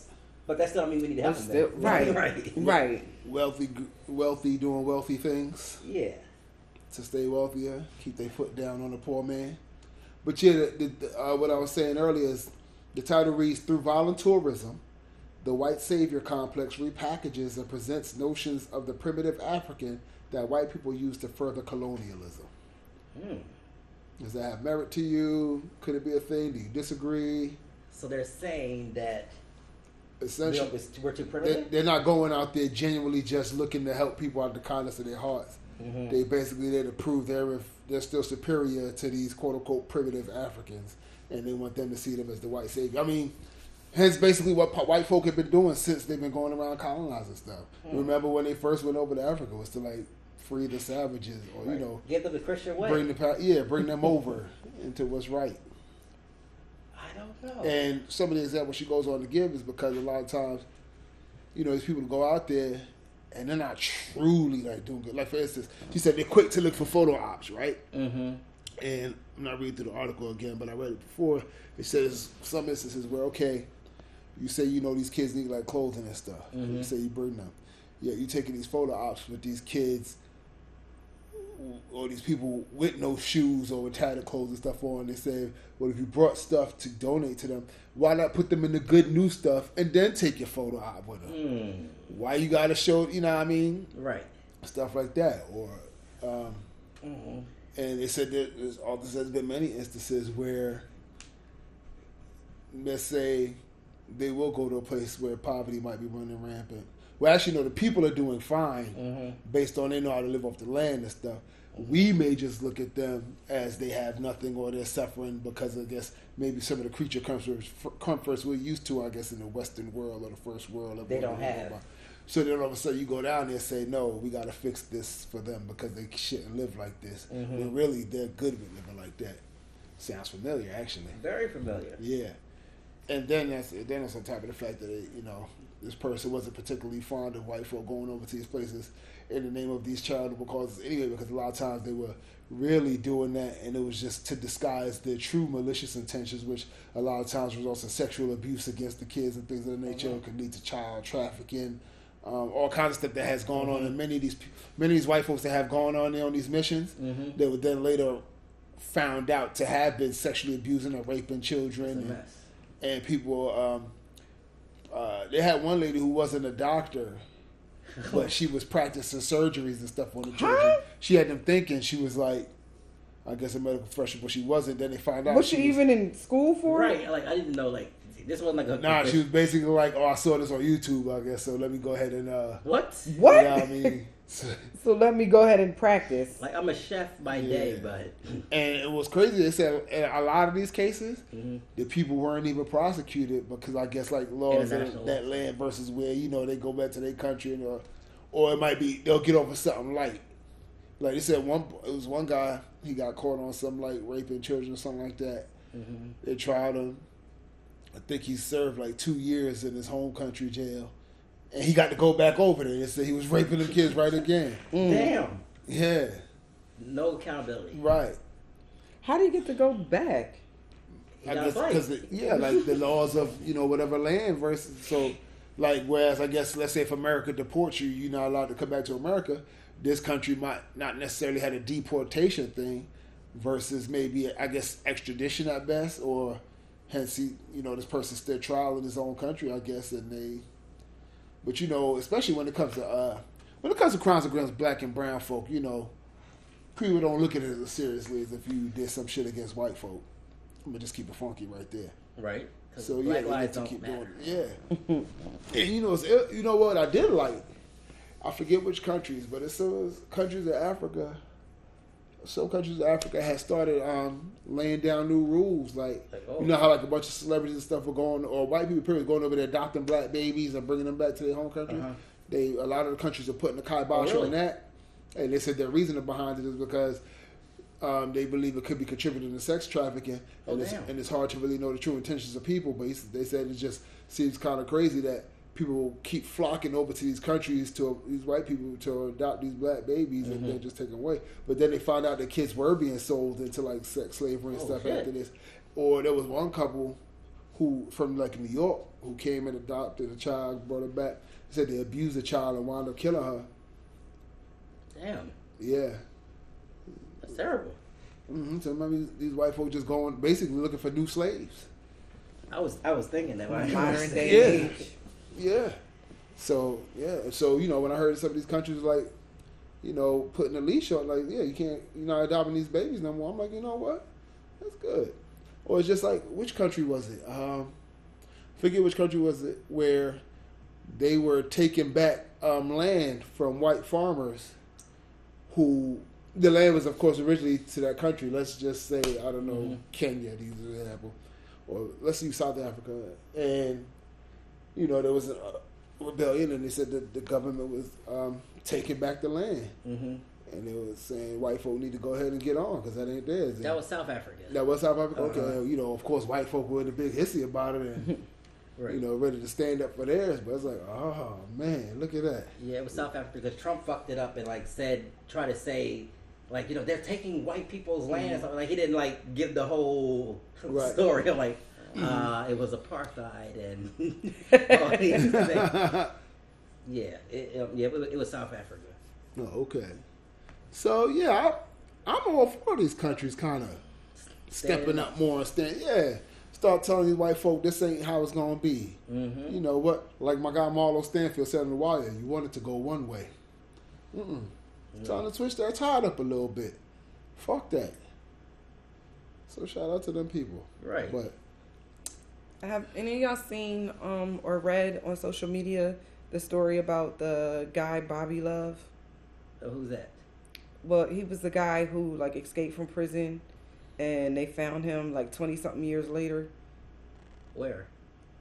Speaker 3: But that still don't mean we need to help them.
Speaker 2: Still- right.
Speaker 3: right.
Speaker 2: Right.
Speaker 1: wealthy, gr- wealthy doing wealthy things.
Speaker 3: Yeah.
Speaker 1: to stay wealthier, keep their foot down on the poor man. But yeah, the, the, uh, what I was saying earlier is the title reads Through Volunteerism, the white savior complex repackages and presents notions of the primitive African that white people use to further colonialism.
Speaker 3: Hmm.
Speaker 1: Does that have merit to you? Could it be a thing? Do you disagree?
Speaker 3: So they're saying that we
Speaker 1: Essentially,
Speaker 3: don't- we're too
Speaker 1: they,
Speaker 3: primitive.
Speaker 1: they're not going out there genuinely just looking to help people out of the kindness of their hearts. They basically there to prove they're they're still superior to these quote unquote primitive Africans, and they want them to see them as the white savior. I mean, hence basically what po- white folk have been doing since they've been going around colonizing stuff. Remember when they first went over to Africa was to like free the savages or you
Speaker 3: Right.
Speaker 1: know
Speaker 3: give them the Christian way.
Speaker 1: bring the pa- yeah bring them over into what's right.
Speaker 3: I don't know.
Speaker 1: And some of the examples she goes on to give is because a lot of times, you know, these people go out there and they're not truly like doing good. Like for instance, she said they're quick to look for photo ops, right?
Speaker 3: mm-hmm.
Speaker 1: And I'm not reading through the article again, but I read it before. It says some instances where okay, you say you know these kids need like clothing and stuff. You say you bring them. Yeah, you taking these photo ops with these kids or these people with no shoes or with tattered clothes and stuff on. They say, well, if you brought stuff to donate to them, why not put them in the good new stuff and then take your photo op with them?
Speaker 3: Mm.
Speaker 1: Why you gotta show? You know what I mean?
Speaker 3: Right.
Speaker 1: Stuff like that or. Um,
Speaker 3: Mm-hmm.
Speaker 1: and they said that there's, all this has been many instances where, let's say, they will go to a place where poverty might be running rampant. Well, actually, no, the people are doing fine
Speaker 3: Mm-hmm.
Speaker 1: based on they know how to live off the land and stuff. We may just look at them as they have nothing or they're suffering because I guess maybe some of the creature comforts, comforts we're used to, I guess, in the Western world or the first world. of
Speaker 3: They don't
Speaker 1: what we're
Speaker 3: have.
Speaker 1: so then all of a sudden you go down there and say, no, we got to fix this for them because they shouldn't live like this. When really they're good with living like that. Sounds familiar, actually.
Speaker 3: Very familiar.
Speaker 1: Yeah. And then that's then that's on top of the fact that it, you know this person wasn't particularly fond of white folk going over to these places in the name of these charitable causes anyway, because a lot of times they were really doing that, and it was just to disguise their true malicious intentions, which a lot of times results in sexual abuse against the kids and things of
Speaker 3: Uh-huh.
Speaker 1: that nature, and could lead to child trafficking, um, all kinds of stuff that has gone
Speaker 3: Uh-huh.
Speaker 1: on, and many of these pe- many of these white folks that have gone on there on these missions,
Speaker 3: Mm-hmm.
Speaker 1: they were then later found out to have been sexually abusing or raping children
Speaker 3: It's a
Speaker 1: and,
Speaker 3: mess.
Speaker 1: and people um, uh, they had one lady who wasn't a doctor but she was practicing surgeries and stuff on the children she had them thinking she was like i guess a medical professional but she wasn't then they found out
Speaker 2: Was she
Speaker 1: was-
Speaker 2: even in school for it?
Speaker 3: Right. Like I didn't know. Like this wasn't like a
Speaker 1: nah she was basically like oh i saw this on youtube i guess so let me go ahead and uh
Speaker 3: what?
Speaker 1: you
Speaker 2: What?
Speaker 1: know what i mean So-
Speaker 2: So let me go ahead and practice.
Speaker 3: Like I'm a chef by day,
Speaker 1: Yeah.
Speaker 3: but
Speaker 1: and it was crazy they said in a lot of these cases the people weren't even prosecuted because I guess like laws
Speaker 3: International
Speaker 1: in
Speaker 3: law.
Speaker 1: that land versus where you know they go back to their country and or or it might be they'll get over something light. Like they said, one it was one guy he got caught on some like raping children or something like that. They tried him. I think he served like two years in his home country jail, and he got to go back over there. They said he was raping them kids right again.
Speaker 3: damn,
Speaker 1: Yeah,
Speaker 3: no accountability.
Speaker 1: right.
Speaker 2: How do you get to go back?
Speaker 3: He
Speaker 1: I
Speaker 3: got
Speaker 1: guess
Speaker 3: a fight.
Speaker 1: because yeah, like the laws of you know whatever land versus so like whereas I guess let's say if America deports you, you're not allowed to come back to America. This country might not necessarily had a deportation thing versus maybe I guess extradition at best, or hence he, you know this person's still trial in his own country, I guess, and they. But you know, especially when it comes to uh, when it comes to crimes against black and brown folk, you know, people don't look at it as seriously as if you did some shit against white folk. I'm gonna just keep it funky right there.
Speaker 3: right. 'Cause
Speaker 1: So yeah,
Speaker 3: black
Speaker 1: they get
Speaker 3: lives
Speaker 1: to
Speaker 3: don't
Speaker 1: keep
Speaker 3: matter.
Speaker 1: doing it. Yeah, and you know, it's, you know what I did like. I forget which countries, but it's some countries of Africa. Some countries of Africa had started um, laying down new rules, like,
Speaker 3: Like, oh.
Speaker 1: you know how like a bunch of celebrities and stuff were going, or white people period going over there adopting black babies and bringing them back to their home country.
Speaker 3: Uh-huh.
Speaker 1: They a lot of the countries are putting the kibosh
Speaker 3: Oh, really?
Speaker 1: on that, and they said their reasoning behind it is because um, they believe it could be contributing to sex trafficking,
Speaker 3: Oh,
Speaker 1: and, it's,
Speaker 3: damn.
Speaker 1: and it's hard to really know the true intentions of people. But he's, they said it just seems kind of crazy that people keep flocking over to these countries to these white people to adopt these black babies
Speaker 3: Mm-hmm.
Speaker 1: and then just take them away. But then they find out the kids were being sold into like sex slavery and
Speaker 3: Oh,
Speaker 1: stuff
Speaker 3: shit.
Speaker 1: after this. Or there was one couple who from like New York who came and adopted a child, brought her back. Said they abused the child and wound up killing her.
Speaker 3: Damn.
Speaker 1: Yeah.
Speaker 3: That's terrible. Mm-hmm.
Speaker 1: hmm So maybe these white folks just going basically looking for new slaves.
Speaker 3: I was I was thinking that. when I
Speaker 5: Modern
Speaker 3: was
Speaker 5: day
Speaker 1: Yeah.
Speaker 5: and age.
Speaker 1: Yeah. So yeah. So you know when I heard some of these countries like, you know, putting a leash on, like yeah, you can't, you're not adopting these babies no more. I'm like, you know what? That's good. Or it's just like which country was it? Um, forget which country was it where they were taking back um, land from white farmers who the land was of course originally to that country let's just say i don't know
Speaker 3: Mm-hmm.
Speaker 1: kenya these are the example or let's use south africa and you know there was a rebellion and they said that the government was um, taking back the land
Speaker 3: Mhm.
Speaker 1: and they was saying white folk need to go ahead and get on because that ain't theirs
Speaker 3: That was South Africa.
Speaker 1: that was south africa
Speaker 3: Uh-huh.
Speaker 1: okay you know of course white folk were in a big hissy about it and
Speaker 3: right.
Speaker 1: you know, ready to stand up for theirs. But it's like, oh man, look at that.
Speaker 3: Yeah, it was South Africa because Trump fucked it up and like said, try to say, like you know they're taking white people's land.
Speaker 2: Mm-hmm.
Speaker 3: or something. Like he didn't like give the whole
Speaker 1: Right.
Speaker 3: story. Like
Speaker 2: Mm-hmm.
Speaker 3: uh, it was apartheid and all these things. yeah, it, um, yeah, it was, it was South Africa.
Speaker 1: No, Oh, okay. So yeah, I, I'm all for these countries kind of stepping up more and stand. Yeah, start telling these white folk this ain't how it's gonna be.
Speaker 3: Mhm.
Speaker 1: You know what? Like my guy Marlo Stanfield said on the wire, you want it to go one way. Mm-mm. Trying to twist that tide up a little bit. Fuck that. So shout out to them people.
Speaker 3: Right.
Speaker 1: But
Speaker 2: Have any of y'all seen um, or read on social media the story about the guy Bobby Love?
Speaker 3: So who's that?
Speaker 2: Well, he was the guy who like escaped from prison, and they found him like twenty something years later.
Speaker 3: Where?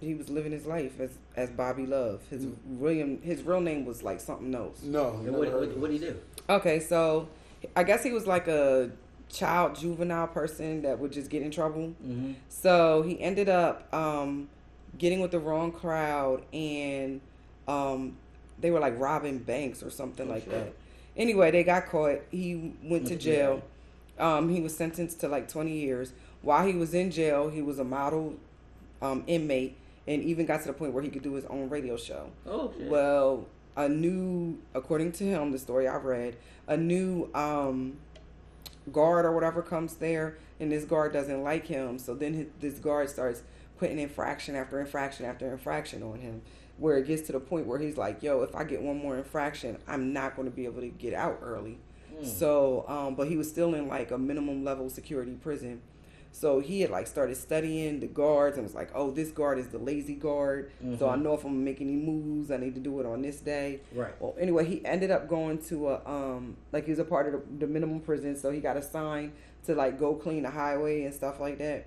Speaker 2: He was living his life as as Bobby Love. His William, his real name was like something else.
Speaker 1: no,
Speaker 3: And
Speaker 1: never
Speaker 3: what,
Speaker 1: heard
Speaker 3: what,
Speaker 1: of
Speaker 3: what
Speaker 1: it.
Speaker 3: do you do?
Speaker 2: Okay, so I guess he was like a child juvenile person that would just get in trouble.
Speaker 3: Mm-hmm.
Speaker 2: So he ended up um, getting with the wrong crowd, and um, they were like robbing banks or something like that. Anyway, they got caught. He Oh, went to
Speaker 3: Must be
Speaker 2: jail. Um, he was sentenced to like 20 years. While he was in jail, he was a model um, inmate and even got to the point where he could do his own radio show.
Speaker 3: Oh shit.
Speaker 2: Well, a new, according to him, the story I read, a new um, guard or whatever comes there, and this guard doesn't like him. So then his, this guard starts putting infraction after infraction after infraction on him, where it gets to the point where he's like, "Yo, if I get one more infraction, I'm not going to be able to get out early." So, um, but he was still in like a minimum level security prison. So he had like started studying the guards and was like, "Oh, this guard is the lazy guard. So I know if I'm gonna make any moves, I need to do it on this day."
Speaker 3: Right.
Speaker 2: Well, anyway, he ended up going to a um like he was a part of the, the minimum prison, so he got assigned to like go clean the highway and stuff like that.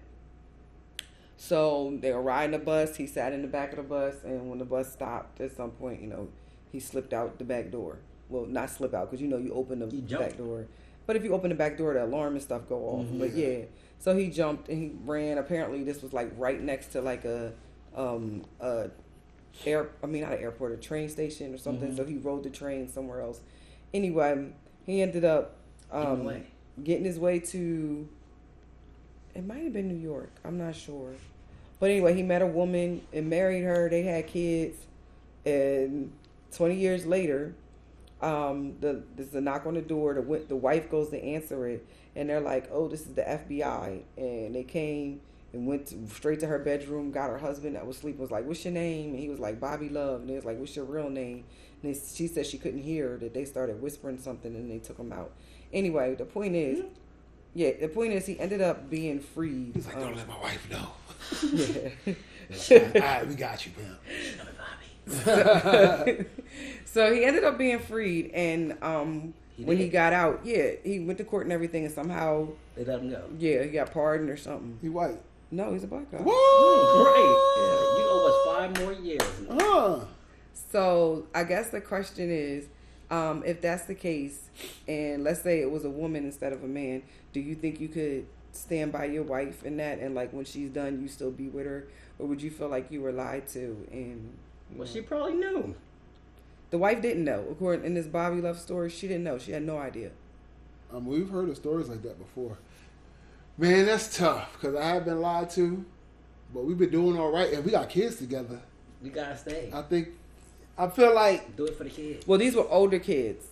Speaker 2: So they were riding the bus. He sat in the back of the bus, and when the bus stopped at some point, you know, he slipped out the back door. Well, not slip out because you know you open the
Speaker 3: You jump.
Speaker 2: back door, but if you open the back door, the alarm and stuff go off. But
Speaker 3: Mm-hmm.
Speaker 2: yeah, so he jumped and he ran. Apparently, this was like right next to like a um a air. I mean, not an airport, a train station or something.
Speaker 3: Mm-hmm.
Speaker 2: So he rode the train somewhere else. Anyway, he ended up
Speaker 3: Getting
Speaker 2: um,
Speaker 3: away.
Speaker 2: getting his way to it might have been New York. I'm not sure. But anyway, he met a woman and married her. They had kids. And 20 years later, um, the, there's a knock on the door. The, wi- the wife goes to answer it. And they're like, oh, this is the FBI. And they came and went to, straight to her bedroom, got her husband that was sleeping, was like, what's your name? And he was like, Bobby Love. And they was like, what's your real name? And they, she said she couldn't hear, that they started whispering something and they took him out. Anyway, the point is, yeah, the point is he ended up being freed.
Speaker 1: He's like,
Speaker 2: um,
Speaker 1: don't let my wife know.
Speaker 2: yeah.
Speaker 1: All right, we got you, pimp.
Speaker 2: so he ended up being freed, and um,
Speaker 3: He
Speaker 2: when he
Speaker 3: did?
Speaker 2: got out, yeah, he went to court and everything, and somehow,
Speaker 3: They let him go.
Speaker 2: yeah, he got pardoned or something.
Speaker 1: He white.
Speaker 2: No, he's a black guy.
Speaker 3: Right. Yeah. You owe us five more years. man.
Speaker 1: Huh.
Speaker 2: So I guess the question is, um, if that's the case, and let's say it was a woman instead of a man, do you think you could stand by your wife in that, and like when she's done, you still be with her, or would you feel like you were lied to? And you
Speaker 3: Well,
Speaker 2: know?
Speaker 3: she probably knew.
Speaker 2: the wife didn't know. According in this Bobby Love story, she didn't know. She had no idea.
Speaker 1: Um, we've heard of stories like that before. Man, that's tough because I have been lied to, but we've been doing all right and we got kids together.
Speaker 3: You gotta stay.
Speaker 1: I think, I feel like,
Speaker 3: Do it for the kids.
Speaker 2: Well, these were older kids.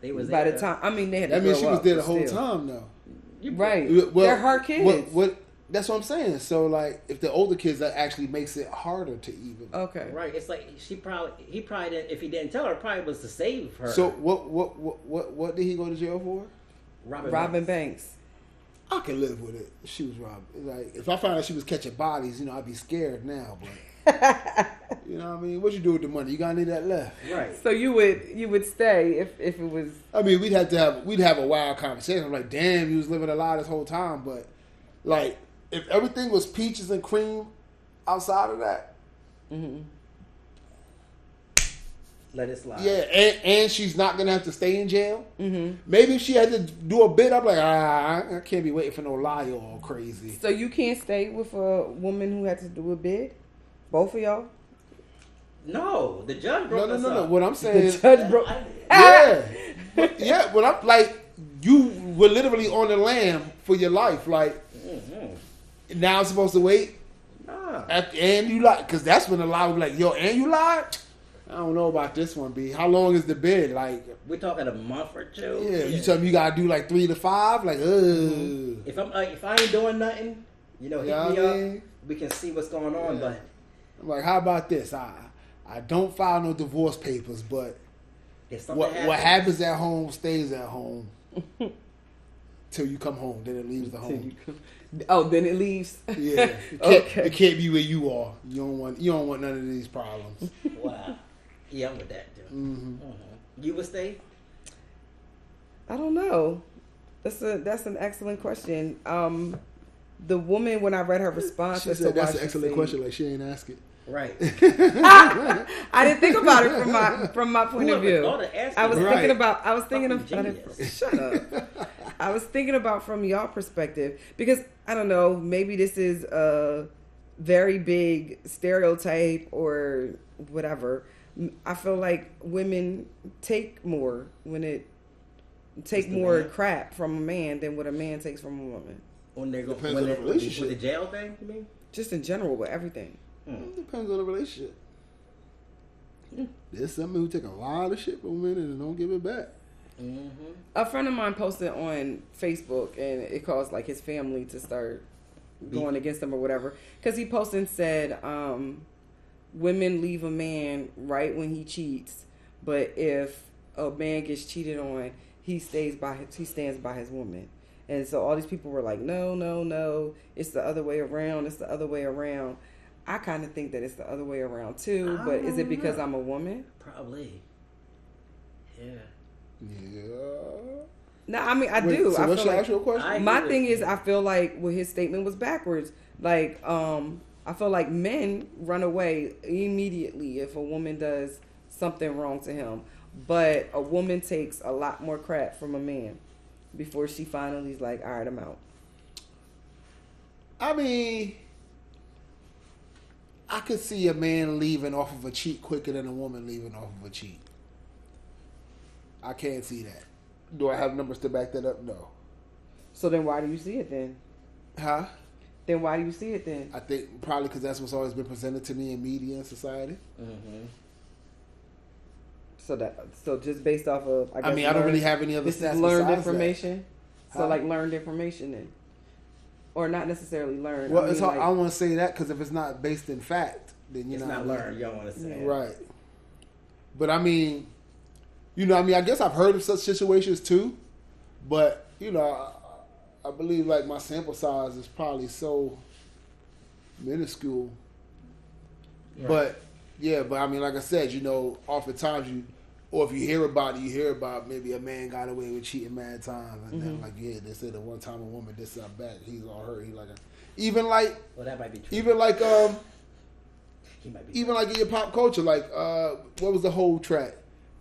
Speaker 3: They was
Speaker 2: by the
Speaker 3: there.
Speaker 2: time I mean they had. To
Speaker 1: That means
Speaker 2: grow
Speaker 1: she was
Speaker 2: up,
Speaker 1: there the
Speaker 2: but
Speaker 1: whole
Speaker 2: still.
Speaker 1: time, though.
Speaker 2: right?
Speaker 1: Well,
Speaker 2: They're her kids.
Speaker 1: What, what? That's what I'm saying. So like, if the older kids, that actually makes it harder to even.
Speaker 2: Okay.
Speaker 3: Right. It's like she probably he probably didn't, if he didn't tell her probably was to save her.
Speaker 1: So what? What? What? What? What did he go to jail for?
Speaker 3: Robin,
Speaker 2: Robin Banks.
Speaker 1: I could live with it. She was robbed. Like if I found out she was catching bodies, you know, I'd be scared now. But you know what I mean? What you do with the money? You got any of that left?
Speaker 3: Right.
Speaker 2: So you would you would stay if if it was
Speaker 1: I mean, we'd have to have we'd have a wild conversation. I'm like, damn, you was living a lie this whole time. But like, if everything was peaches and cream outside of that,
Speaker 3: Let it slide.
Speaker 1: yeah, and, and she's not gonna have to stay in jail. Mm-hmm. Maybe if she had to do a bit, I'm like, ah, I- I can't be waiting for no lie all crazy.
Speaker 2: so you can't stay with a woman who had to do a bid. Both of y'all.
Speaker 3: No, the judge
Speaker 1: No,
Speaker 3: broke
Speaker 1: no,
Speaker 3: us
Speaker 1: no, no.
Speaker 3: up.
Speaker 1: What I'm
Speaker 2: The
Speaker 1: saying,
Speaker 2: judge broke.
Speaker 3: I-
Speaker 1: yeah, But- yeah. Well, I'm like, you were literally on the lam for your life. Like
Speaker 3: Mhm.
Speaker 1: now, I'm supposed to wait,
Speaker 3: Nah.
Speaker 1: at, and you lie, because that's when the lie would be like, yo, and you lied. I don't know about this one, B. How long is the bid? Like,
Speaker 3: We're talking a month or two.
Speaker 1: yeah, you tell me you gotta do like three to five. Like, uh. ugh.
Speaker 3: If I'm like, if I ain't doing nothing, you know, hit
Speaker 1: Yeah,
Speaker 3: me
Speaker 1: I
Speaker 3: up.
Speaker 1: mean-
Speaker 3: We can see what's going on,
Speaker 1: Yeah.
Speaker 3: but
Speaker 1: I'm like, how about this? I I don't file no divorce papers, but
Speaker 3: if something
Speaker 1: what
Speaker 3: happens,
Speaker 1: what happens at home stays at home till you come home. Then it leaves the
Speaker 2: Till you
Speaker 1: home.
Speaker 2: come- Oh, then it leaves.
Speaker 1: Yeah, it can't,
Speaker 2: okay.
Speaker 1: it can't be where you are. You don't want you don't want none of these problems.
Speaker 3: Wow. Yeah, I'm with that dude.
Speaker 1: Mm-hmm.
Speaker 3: Mhm. You would stay?
Speaker 2: I don't know. That's a that's an excellent question. Um, the woman when I read her response
Speaker 1: She
Speaker 2: as to
Speaker 1: said that's
Speaker 2: why
Speaker 1: an
Speaker 2: she
Speaker 1: excellent
Speaker 2: stayed-
Speaker 1: question. Like she ain't ask it.
Speaker 3: Right.
Speaker 2: I didn't think about it from my from my point of
Speaker 3: Whoever
Speaker 2: view.
Speaker 3: thought of asking
Speaker 2: I was
Speaker 1: Right.
Speaker 2: thinking about. I was thinking of.
Speaker 3: Fucking genius.
Speaker 2: Shut up. I was thinking about from y'all perspective because I don't know. Maybe this is a very big stereotype or whatever. M- I feel like women take more when it take
Speaker 3: the
Speaker 2: more
Speaker 3: man.
Speaker 2: crap from a man than what a man takes from a woman.
Speaker 3: when they're going
Speaker 1: Depends
Speaker 3: when
Speaker 1: on the
Speaker 3: they- with the
Speaker 1: relationship.
Speaker 3: with the jail thing, you mean?
Speaker 2: Just in general with everything.
Speaker 1: Depends on the relationship. There's some who take a lot of shit from women and don't give it back.
Speaker 3: Mm-hmm.
Speaker 2: A friend of mine posted on Facebook, and it caused like his family to start going against him or whatever. Because he posted and said, um, "Women leave a man right when he cheats, but if a man gets cheated on, he stays by his, he stands by his woman." And so all these people were like, "No, no, no! It's the other way around. It's the other way around." I kind of think that it's the other way around too.
Speaker 3: I
Speaker 2: But
Speaker 1: Oh,
Speaker 2: is it
Speaker 3: don't
Speaker 2: because
Speaker 3: know.
Speaker 2: I'm a woman?
Speaker 3: Probably. Yeah.
Speaker 1: Yeah.
Speaker 2: No, I mean I
Speaker 1: Wait,
Speaker 2: do.
Speaker 1: So
Speaker 2: I
Speaker 1: what's
Speaker 2: feel
Speaker 1: your
Speaker 2: like
Speaker 1: actual question?
Speaker 3: I-
Speaker 2: my
Speaker 3: agree
Speaker 2: thing
Speaker 3: with
Speaker 2: is
Speaker 3: you.
Speaker 2: i feel like well his statement was backwards like um i feel like men run away immediately if a woman does something wrong to him but a woman takes a lot more crap from a man before she finally is like all right i'm out
Speaker 1: I mean, I could see a man leaving off of a cheat quicker than a woman leaving off of a cheat. I can't see that. Do I have numbers to back that up? No.
Speaker 2: so then why do you see it then
Speaker 1: Huh?
Speaker 2: then why do you see it then
Speaker 1: I think probably because that's what's always been presented to me in media and society.
Speaker 3: Mm-hmm.
Speaker 2: so that so just based off of i, guess
Speaker 1: I mean, I don't
Speaker 2: learned-
Speaker 1: really have any other
Speaker 2: this
Speaker 1: stats
Speaker 2: is learned
Speaker 1: besides that.
Speaker 2: information
Speaker 1: Huh?
Speaker 2: so like learned information then or not necessarily learned
Speaker 1: Well,
Speaker 2: I
Speaker 1: it's
Speaker 2: mean,
Speaker 1: hard,
Speaker 2: like-
Speaker 1: I want to say that because if it's not based in fact, then you
Speaker 3: It's
Speaker 1: know
Speaker 3: not learned, you don't want to say. it.
Speaker 1: Right. But I mean, you know, I mean, I guess I've heard of such situations too, but you know, I, I believe like my sample size is probably so minuscule. But yeah, but I mean, like I said, you know, oftentimes you, or if you hear about it, you hear about maybe a man got away with cheating mad times, and then like yeah, they said that one time a woman did something bad, he's all hurt, he like, a, even like,
Speaker 3: Well, that might be true.
Speaker 1: even like um
Speaker 3: he might be
Speaker 1: even like in your pop culture, like uh, what was the whole track?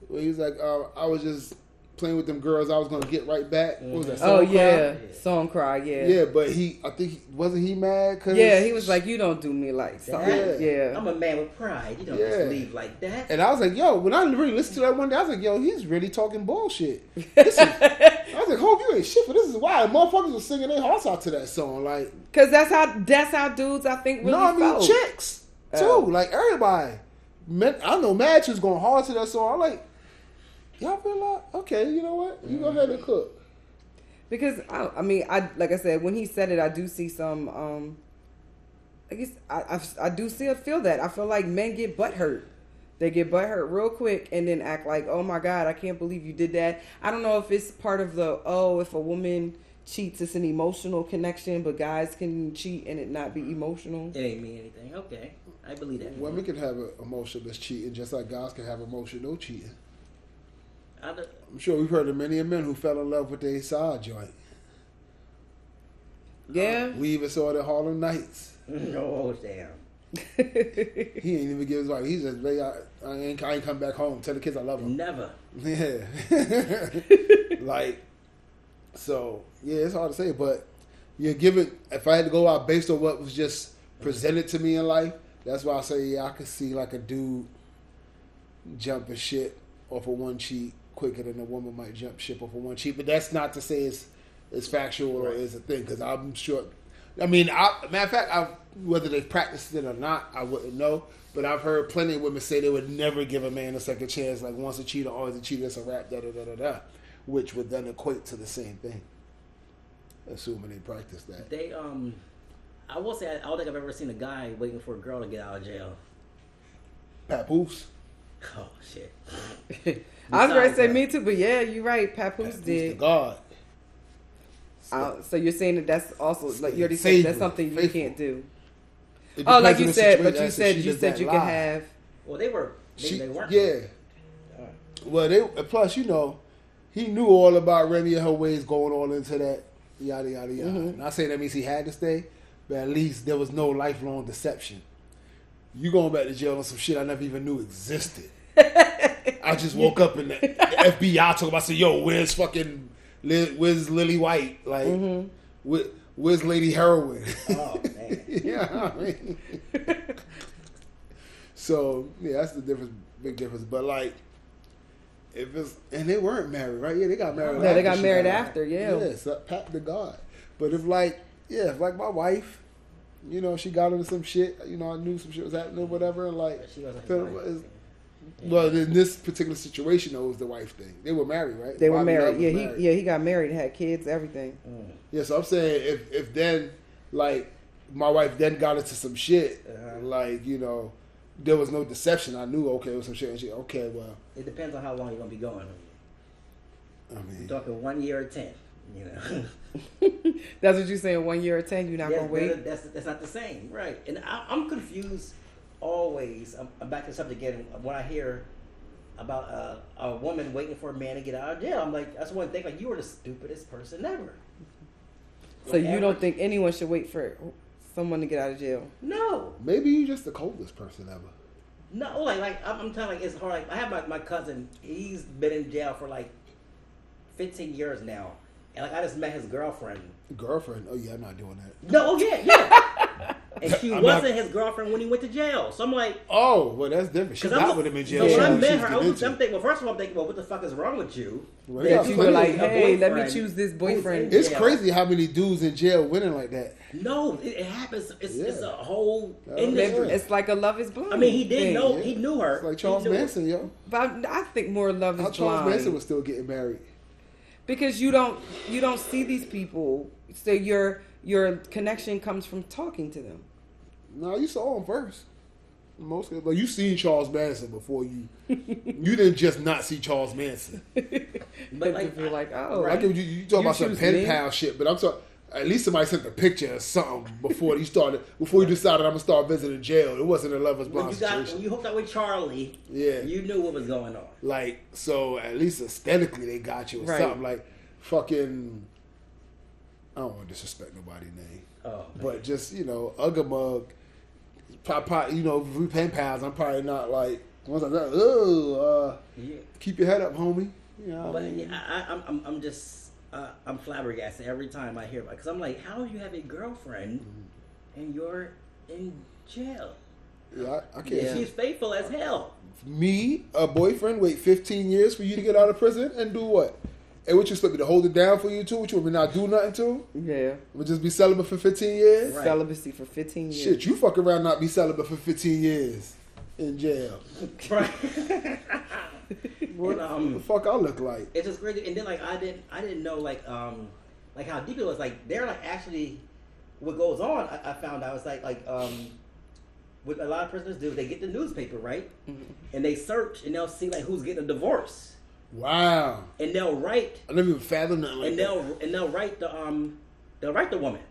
Speaker 1: Where he was like, uh, I was just playing with them girls. I was gonna get right back. What was that?
Speaker 2: Oh
Speaker 1: Song Cry?
Speaker 2: yeah,
Speaker 3: Cry?
Speaker 2: song cry. Yeah.
Speaker 1: yeah. But he, I think, he, wasn't he mad? Cause
Speaker 2: Yeah, he was like, "You don't do me like something."
Speaker 1: Yeah.
Speaker 2: Yeah,
Speaker 3: I'm a man with pride. You don't
Speaker 1: Yeah.
Speaker 3: just leave like that.
Speaker 1: And I was like, yo, when I really listened to that one day, I was like, yo, he's really talking bullshit. This is, I was like, hope you ain't shit for this. Is why motherfuckers was singing their hearts out to that song. Like,
Speaker 2: because that's how that's how dudes I think really
Speaker 1: no, I mean
Speaker 2: felt.
Speaker 1: chicks too.
Speaker 2: Oh.
Speaker 1: Like everybody, Men- I know Madge was going hard to that song. I'm like, Y'all feel like okay, you know what? You go ahead and cook.
Speaker 2: Because I, I mean, I like I said when he said it, I do see some. um I guess I, I've- I, do see feel that I feel like men get butt hurt. They get butt hurt real quick and then act like, oh my god, I can't believe you did that. I don't know if it's part of the oh, if a woman cheats, it's an emotional connection, but guys can cheat and it not be emotional.
Speaker 3: It ain't mean anything. Okay, I believe that.
Speaker 1: Women can have a emotionless cheating just like guys can have emotional cheating.
Speaker 3: I don't-
Speaker 1: I'm sure we've heard of many men who fell in love with their side joint.
Speaker 2: Yeah.
Speaker 1: We even saw it at Harlem Nights.
Speaker 3: oh damn.
Speaker 1: He ain't even give his wife. He just, "Babe, I, I, ain't, I ain't come back home. Tell the kids I love them.
Speaker 3: Never.
Speaker 1: Yeah. like, so, yeah, it's hard to say, but you're giving, if I had to go out based on what was just presented to me in life, that's why I say, yeah, I could see like a dude jumping shit off of one cheat quicker than a woman might jump ship off of one cheat. But that's not to say it's, it's factual or it's a thing, because I'm sure, I mean, I, matter of fact, I've, whether they practiced it or not, I wouldn't know. But I've heard plenty of women say they would never give a man a second chance. Like once a cheater, always a cheater. It's a rap, da da da da da, which would then equate to the same thing, assuming they practice that.
Speaker 3: They um, I will say I don't think I've ever seen a guy waiting for a girl to get out of jail.
Speaker 1: Papoose.
Speaker 3: Oh shit.
Speaker 2: I was gonna say
Speaker 3: Besides
Speaker 2: me too, but yeah, you're right. Papoose
Speaker 1: Papoose the
Speaker 2: did.
Speaker 1: God.
Speaker 2: Uh, so you're saying that that's also like you already
Speaker 1: Faithful,
Speaker 2: said that's something you
Speaker 1: faithful.
Speaker 2: can't do.
Speaker 1: It
Speaker 2: Oh, like
Speaker 1: depends on
Speaker 2: you
Speaker 1: the
Speaker 2: said,
Speaker 1: situation.
Speaker 2: but you
Speaker 1: That's if
Speaker 2: said
Speaker 1: she
Speaker 2: you
Speaker 1: does
Speaker 2: said
Speaker 1: that
Speaker 2: you could
Speaker 1: lie.
Speaker 2: have.
Speaker 3: Well, they were. They,
Speaker 1: She-
Speaker 3: they weren't.
Speaker 1: yeah.
Speaker 3: Alright.
Speaker 1: Well, they plus you know, he knew all about Remy and her ways going on into that yada yada yada.
Speaker 3: Mm-hmm.
Speaker 1: Not saying that means he had to stay, but at least there was no lifelong deception. You going back to jail on some shit I never even knew existed. I just woke up and the, the FBI talking about, say, yo, where's fucking, Li- where's Lily White? Like, where- where's Lady Heroin?
Speaker 3: Mm-hmm. Oh man.
Speaker 1: yeah, I mean. so yeah, that's the difference, big difference. But like, if it's and they weren't married, right? Yeah, they got married.
Speaker 2: No, they
Speaker 1: after
Speaker 2: got
Speaker 1: she
Speaker 2: married
Speaker 1: out.
Speaker 2: after, yeah.
Speaker 1: yes, uh, pat the god. But if like, yeah, if like my wife, you know, she got into some shit. You know, I knew some shit was happening or whatever, and like,
Speaker 3: She wasn't.
Speaker 1: felt-
Speaker 3: His
Speaker 1: was-
Speaker 3: wife.
Speaker 1: well, in this particular situation, though, it was the wife thing. They were married, right?
Speaker 2: They were
Speaker 1: Bobby Love
Speaker 2: married.
Speaker 1: was
Speaker 2: Yeah,
Speaker 1: married.
Speaker 2: he yeah he got married, had kids, everything.
Speaker 3: Mm.
Speaker 1: Yeah, so I'm saying if if then like my wife then got into some shit,
Speaker 3: Uh-huh.
Speaker 1: like you know, there was no deception. I knew okay, it was some shit. And she okay, well,
Speaker 3: It depends on how long you're gonna be going.
Speaker 1: I mean,
Speaker 3: You're talking one year or ten. You know.
Speaker 2: That's what you saying. One year or ten, you're not
Speaker 3: Yeah,
Speaker 2: gonna wait.
Speaker 3: that- That's that's not the same, right? And I, I'm confused always. I'm, I'm back to the subject again when I hear about uh, a woman waiting for a man to get out of jail. I'm like, that's one thing. Like, you are the stupidest person ever.
Speaker 2: so you don't think anyone should wait for someone to get out of jail?
Speaker 3: No,
Speaker 1: maybe you just the coldest person ever.
Speaker 3: no. Like, like I'm, I'm telling, you, it's hard. Like, I have my, my cousin. He's been in jail for like 15 years now, and like I just met his girlfriend.
Speaker 1: Girlfriend, oh yeah, I'm not doing that.
Speaker 3: No, oh yeah, yeah. and she
Speaker 1: I'm not-
Speaker 3: wasn't his girlfriend when he went to jail. So I'm like.
Speaker 1: Oh well, that's different. She
Speaker 3: Because I'm
Speaker 1: got
Speaker 3: a-
Speaker 1: with him in
Speaker 3: So
Speaker 1: jail.
Speaker 3: when
Speaker 1: She
Speaker 3: I
Speaker 1: knew what she
Speaker 3: met her, I
Speaker 1: getting
Speaker 3: was, I'm
Speaker 1: into.
Speaker 3: thinking. Well, first of all, I'm thinking, well, what the fuck is wrong with you?
Speaker 1: Well,
Speaker 3: that
Speaker 1: yeah,
Speaker 2: That you
Speaker 1: plenty
Speaker 2: were
Speaker 1: of-
Speaker 2: like,
Speaker 3: a
Speaker 2: hey, let me
Speaker 3: boyfriend
Speaker 2: choose this
Speaker 3: who's
Speaker 2: boyfriend.
Speaker 3: in
Speaker 1: It's
Speaker 3: jail.
Speaker 1: crazy how many dudes in jail winning like that.
Speaker 3: No, it, it happens. It's, it's
Speaker 1: Yeah.
Speaker 3: a whole
Speaker 1: Yeah.
Speaker 2: Remember,
Speaker 3: industry.
Speaker 2: It's like a love is blind.
Speaker 3: I mean, he did
Speaker 2: thing.
Speaker 3: know.
Speaker 1: Yeah.
Speaker 3: He knew her.
Speaker 1: It's like
Speaker 3: He
Speaker 1: Charles
Speaker 3: knew it.
Speaker 1: Manson, yo.
Speaker 2: But I I think more love
Speaker 1: How
Speaker 2: is
Speaker 1: Charles
Speaker 2: blind.
Speaker 1: Manson was still getting married.
Speaker 2: because you don't you don't see these people so your your connection comes from talking to them
Speaker 1: No, you saw him first. Most of- like you seen Charles Manson before you. you didn't just not see Charles Manson.
Speaker 3: But like,
Speaker 2: if you're like oh
Speaker 1: I get what you, you talking about some
Speaker 2: choose
Speaker 1: pen
Speaker 2: me?
Speaker 1: pal shit, but I'm talking. At least somebody sent the picture or something before you started. Before you decided I'm gonna start visiting jail. It wasn't a lovers
Speaker 3: when
Speaker 1: blind
Speaker 3: you got when
Speaker 1: situation.
Speaker 3: you hooked up with Charlie,
Speaker 1: Yeah.
Speaker 3: you knew what was going on.
Speaker 1: Like so, at least aesthetically they got you or
Speaker 2: Right.
Speaker 1: something. Like fucking. I don't want to disrespect nobody's name,
Speaker 3: Oh,
Speaker 1: but just you know, Ugamug. Probably, you know, if we pen pals. I'm probably not like once I'm like, oh, uh,
Speaker 3: yeah.
Speaker 1: keep your head up, homie. You know, what I
Speaker 3: But
Speaker 1: mean?
Speaker 3: yeah, I, I, I'm, I'm, I'm just, uh, I'm flabbergasted every time I hear about. Because I'm like, how do you have a girlfriend
Speaker 1: Mm-hmm.
Speaker 3: and you're in jail?
Speaker 1: yeah, I, I can't.
Speaker 2: Yeah.
Speaker 1: see
Speaker 3: She's faithful as hell.
Speaker 1: me, a boyfriend, wait 15 years for you to get out of prison and do what? And what you expect me to hold it down for you too? What you want me not do nothing to?
Speaker 2: yeah
Speaker 1: We just be celibate for 15 years?
Speaker 3: Right.
Speaker 2: celibacy for 15 years
Speaker 1: Shit, you fuck around not be celibate for 15 years in jail.
Speaker 3: Right.
Speaker 1: What
Speaker 3: And, um,
Speaker 1: the fuck I look like?
Speaker 3: It's just crazy. And then like I didn't I didn't know like um like how deep it was. Like they're like actually what goes on. I, I found out it's like like um what a lot of prisoners do. They get the newspaper right, and they search and they'll see like who's getting a divorce,
Speaker 1: Wow.
Speaker 3: and they'll write
Speaker 1: I never even fathomed nothing like
Speaker 3: and
Speaker 1: that.
Speaker 3: they'll and they'll write the um they'll write the woman,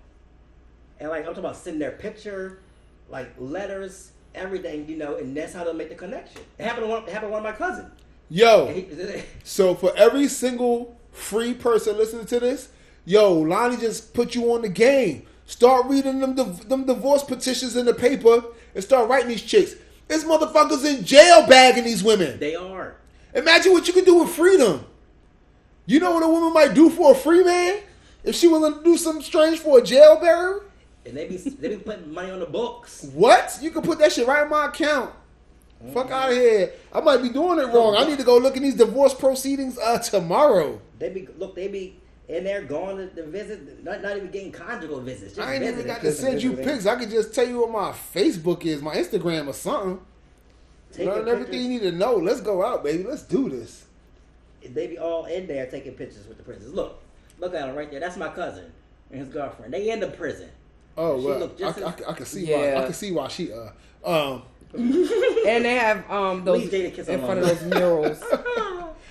Speaker 3: and like I'm talking about sending their picture, like letters, everything you know, and that's how they'll make the connection. It happened to one. It happened to one of my cousin.
Speaker 1: Yo.
Speaker 3: And he-
Speaker 1: So for every single free person listening to this, yo, Lonnie just put you on the game. Start reading them div- them divorce petitions in the paper and start writing these chicks. This motherfucker's in jail bagging these women.
Speaker 3: they are.
Speaker 1: Imagine what you could do with freedom. You know what a woman might do for a free man if she willing to do something strange for a jailbird?
Speaker 3: And they be they be putting money on the books.
Speaker 1: What? You can put that shit right in my account. Fuck out of here. I might be doing it wrong. I need to go look in these divorce proceedings uh, tomorrow.
Speaker 3: They be look. They be in there going to, to visit. Not, not even getting conjugal visits. Just
Speaker 1: I ain't even
Speaker 3: visiting.
Speaker 1: got to send you pics. I could just tell you what my Facebook is, my Instagram or something.
Speaker 3: Taking
Speaker 1: Learn everything you need
Speaker 3: pictures.
Speaker 1: to know. Let's go out, baby. Let's do this.
Speaker 3: They be all in there taking pictures with the prisoners. Look, look at him right there. That's my cousin and his girlfriend. They in the prison.
Speaker 1: Oh
Speaker 3: She
Speaker 1: well,
Speaker 3: looked
Speaker 1: I,
Speaker 3: just
Speaker 1: I,
Speaker 3: as-
Speaker 1: I can see why.
Speaker 6: Yeah.
Speaker 1: I can see why she uh um.
Speaker 6: And they have um those
Speaker 3: Please date a kiss
Speaker 6: in front of
Speaker 3: alone.
Speaker 6: those murals.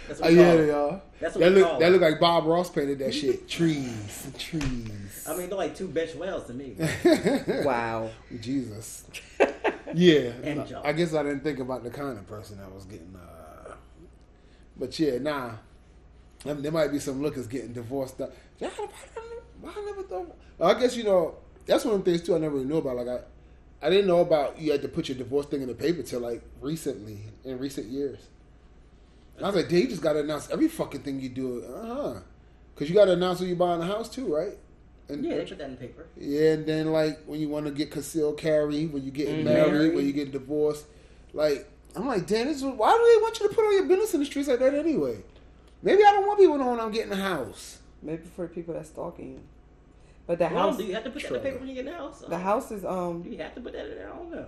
Speaker 3: That's
Speaker 1: Oh
Speaker 3: what we
Speaker 1: yeah,
Speaker 3: call
Speaker 1: they
Speaker 3: it.
Speaker 1: are.
Speaker 3: That's what
Speaker 1: that
Speaker 3: we
Speaker 1: look
Speaker 3: call
Speaker 1: that
Speaker 3: it.
Speaker 1: look like Bob Ross painted that shit. trees, trees.
Speaker 3: I mean, they're like two bench whales to me.
Speaker 6: wow.
Speaker 1: Jesus. yeah.
Speaker 3: And
Speaker 1: I-
Speaker 3: Joe.
Speaker 1: I guess I didn't think about the kind of person I was getting. Uh, but yeah, nah. I mean, there might be some lookers getting divorced. That, Yeah, I, I, I never thought. I guess you know that's one of the things too. I never really knew about. Like I, I didn't know about you had to put your divorce thing in the paper till like recently in recent years. And I was like, they just got to announce every fucking thing you do. Uh huh. Because you got to announce when you're buying a house too, right? And
Speaker 3: Yeah, they put that in the paper.
Speaker 1: yeah, and then like when you want to get concealed carry, when you getting
Speaker 6: Mhm.
Speaker 1: married, when you get divorced, like I'm like, damn, this is, why do they want you to put all your business in the streets like that anyway? Maybe I don't want people knowing I'm getting a house.
Speaker 6: Maybe for the people that's stalking you. But the
Speaker 3: Mom,
Speaker 6: house
Speaker 3: do you have to put that in the
Speaker 1: True.
Speaker 3: paper when you get in the house?
Speaker 6: the house is
Speaker 3: Do
Speaker 6: um
Speaker 3: you have to put that in there? I don't know.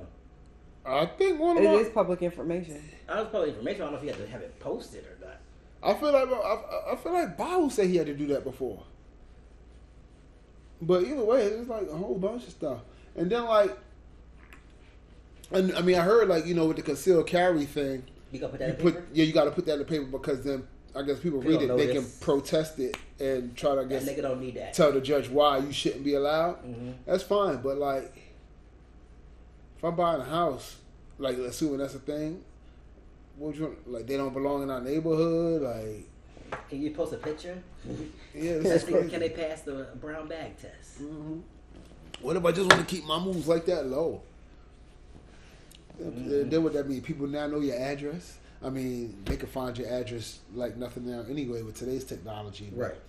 Speaker 1: I think one
Speaker 6: it
Speaker 1: of my,
Speaker 6: is public information.
Speaker 3: I was probably information. I don't know if you have to have it posted or not.
Speaker 1: I feel like I, I feel like Bible said he had to do that before. But either way, it's like a whole bunch of stuff. And then like, and I mean, I heard like you know with the concealed carry thing,
Speaker 3: You gonna put that
Speaker 1: you
Speaker 3: in
Speaker 1: put
Speaker 3: paper?
Speaker 1: yeah, you got to put that in the paper because then I guess people
Speaker 3: They
Speaker 1: read it,
Speaker 3: don't
Speaker 1: they can
Speaker 3: notice.
Speaker 1: protest it and try to I
Speaker 3: That
Speaker 1: guess
Speaker 3: nigga don't need that.
Speaker 1: tell the judge why you shouldn't be allowed.
Speaker 3: Mhm.
Speaker 1: That's fine, but like if I'm buying a house, like assuming that's a thing, what would you want- like they don't belong in our neighborhood, like
Speaker 3: Can you post a picture?
Speaker 1: yeah,
Speaker 3: Can
Speaker 1: this is
Speaker 3: they- can
Speaker 1: crazy.
Speaker 3: they
Speaker 1: Mm-hmm.
Speaker 3: pass the brown bag test?
Speaker 1: What if I just want to keep my moves like that low?
Speaker 3: Mm-hmm.
Speaker 1: Then- Then what that mean? People now know your address. I mean, they can find your address like nothing now anyway with today's technology. but-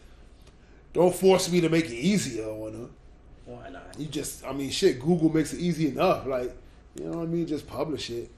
Speaker 1: Don't force me to make it easier on her.
Speaker 3: Why not?
Speaker 1: You just, I mean, shit, Google makes it easy enough. Like, you know what I mean? Just publish it.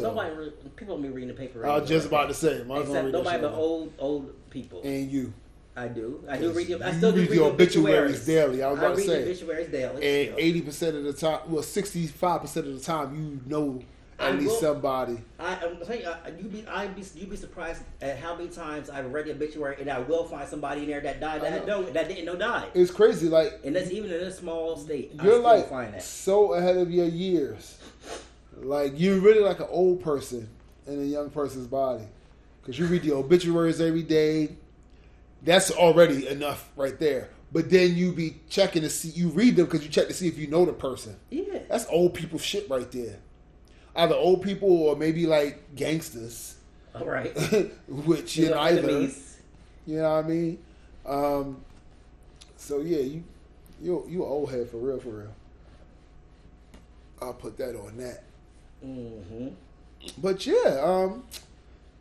Speaker 1: So,
Speaker 3: nobody, re- people don't be reading the paper.
Speaker 1: I
Speaker 3: anyway.
Speaker 1: was just about to say, might as well read
Speaker 3: Except
Speaker 1: that
Speaker 3: nobody
Speaker 1: shit
Speaker 3: but
Speaker 1: out.
Speaker 3: old, old people.
Speaker 1: and you.
Speaker 3: I do. I do read. The, I
Speaker 1: You
Speaker 3: still do
Speaker 1: read
Speaker 3: read,
Speaker 1: the obituaries
Speaker 3: obituaries
Speaker 1: daily. I was about to
Speaker 3: read
Speaker 1: say.
Speaker 3: the obituaries daily.
Speaker 1: And
Speaker 3: still.
Speaker 1: eighty percent of the time, well, sixty-five percent of the time, you know at
Speaker 3: I
Speaker 1: least
Speaker 3: will-
Speaker 1: somebody.
Speaker 3: I, I'm telling you, I, you be, I be, you be surprised at how many times I've read the obituary, and I will find somebody in there that died that
Speaker 1: I
Speaker 3: I,
Speaker 1: know.
Speaker 3: know. that didn't know died.
Speaker 1: It's crazy. Like
Speaker 3: and that's even in a small state. I
Speaker 1: you're
Speaker 3: still find
Speaker 1: like
Speaker 3: that.
Speaker 1: so ahead of your years. Like you're really like an old person in a young person's body, because you read the obituaries every day. That's already enough right there. But then you be checking to see you read them because you check to see if you know the person.
Speaker 3: Yeah.
Speaker 1: That's old people shit right there. Either old people or maybe like gangsters,
Speaker 3: All right.
Speaker 1: which
Speaker 3: You
Speaker 1: you
Speaker 3: know,
Speaker 1: know either.
Speaker 3: enemies.
Speaker 1: You know what I mean? Um, so yeah, you you you an old head for real, for real. I'll put that on that.
Speaker 3: Mm-hmm.
Speaker 1: But yeah, um,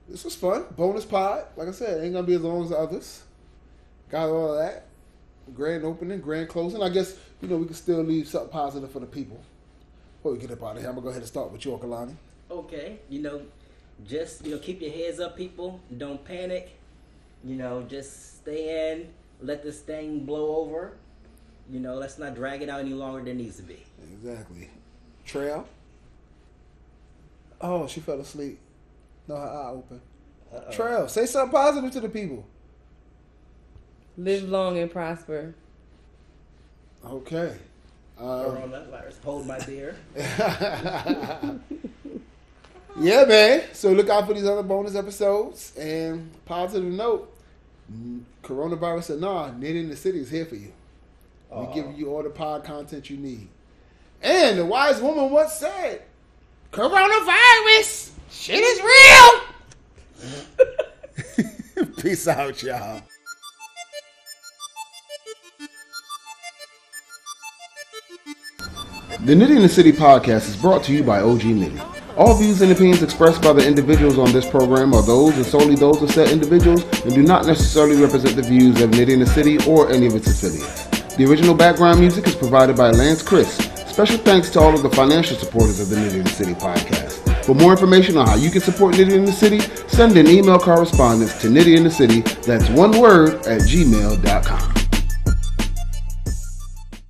Speaker 1: this was fun. Bonus pod, like I said, ain't gonna be as long as the others. Got all of that. Grand opening, grand closing. I guess you know we can still leave something positive for the people. Before we get up out of here, I'm gonna go ahead and start with you, Kalani.
Speaker 3: Okay. You know, just you know, keep your heads up, people. Don't panic. You know, just stay in. Let this thing blow over. You know, let's not drag it out any longer than it needs to be.
Speaker 1: Exactly. Trail. Oh, she fell asleep. No, her eye open.
Speaker 3: Uh-oh.
Speaker 1: Trail, say something positive to the people.
Speaker 6: Live long and prosper.
Speaker 1: Okay. Uh,
Speaker 3: Corona virus. Hold my beer.
Speaker 1: yeah, man. So look out for these other bonus episodes. And positive note, n- coronavirus or not, Knit in the City is here for you. We
Speaker 3: Aw.
Speaker 1: give you all the pod content you need. And the wise woman once said, coronavirus, shit is real. Peace out, y'all. The Knitting the City podcast is brought to you by OG Knitting. All views and opinions expressed by the individuals on this program are those and solely those of said individuals and do not necessarily represent the views of Knitting the City or any of its affiliates. The original background music is provided by Lance Chris. Special thanks to all of the financial supporters of the Knitting the City podcast. For more information on how you can support Knitting the City, send an email correspondence to Knitting the City, that's one word, at gmail.com.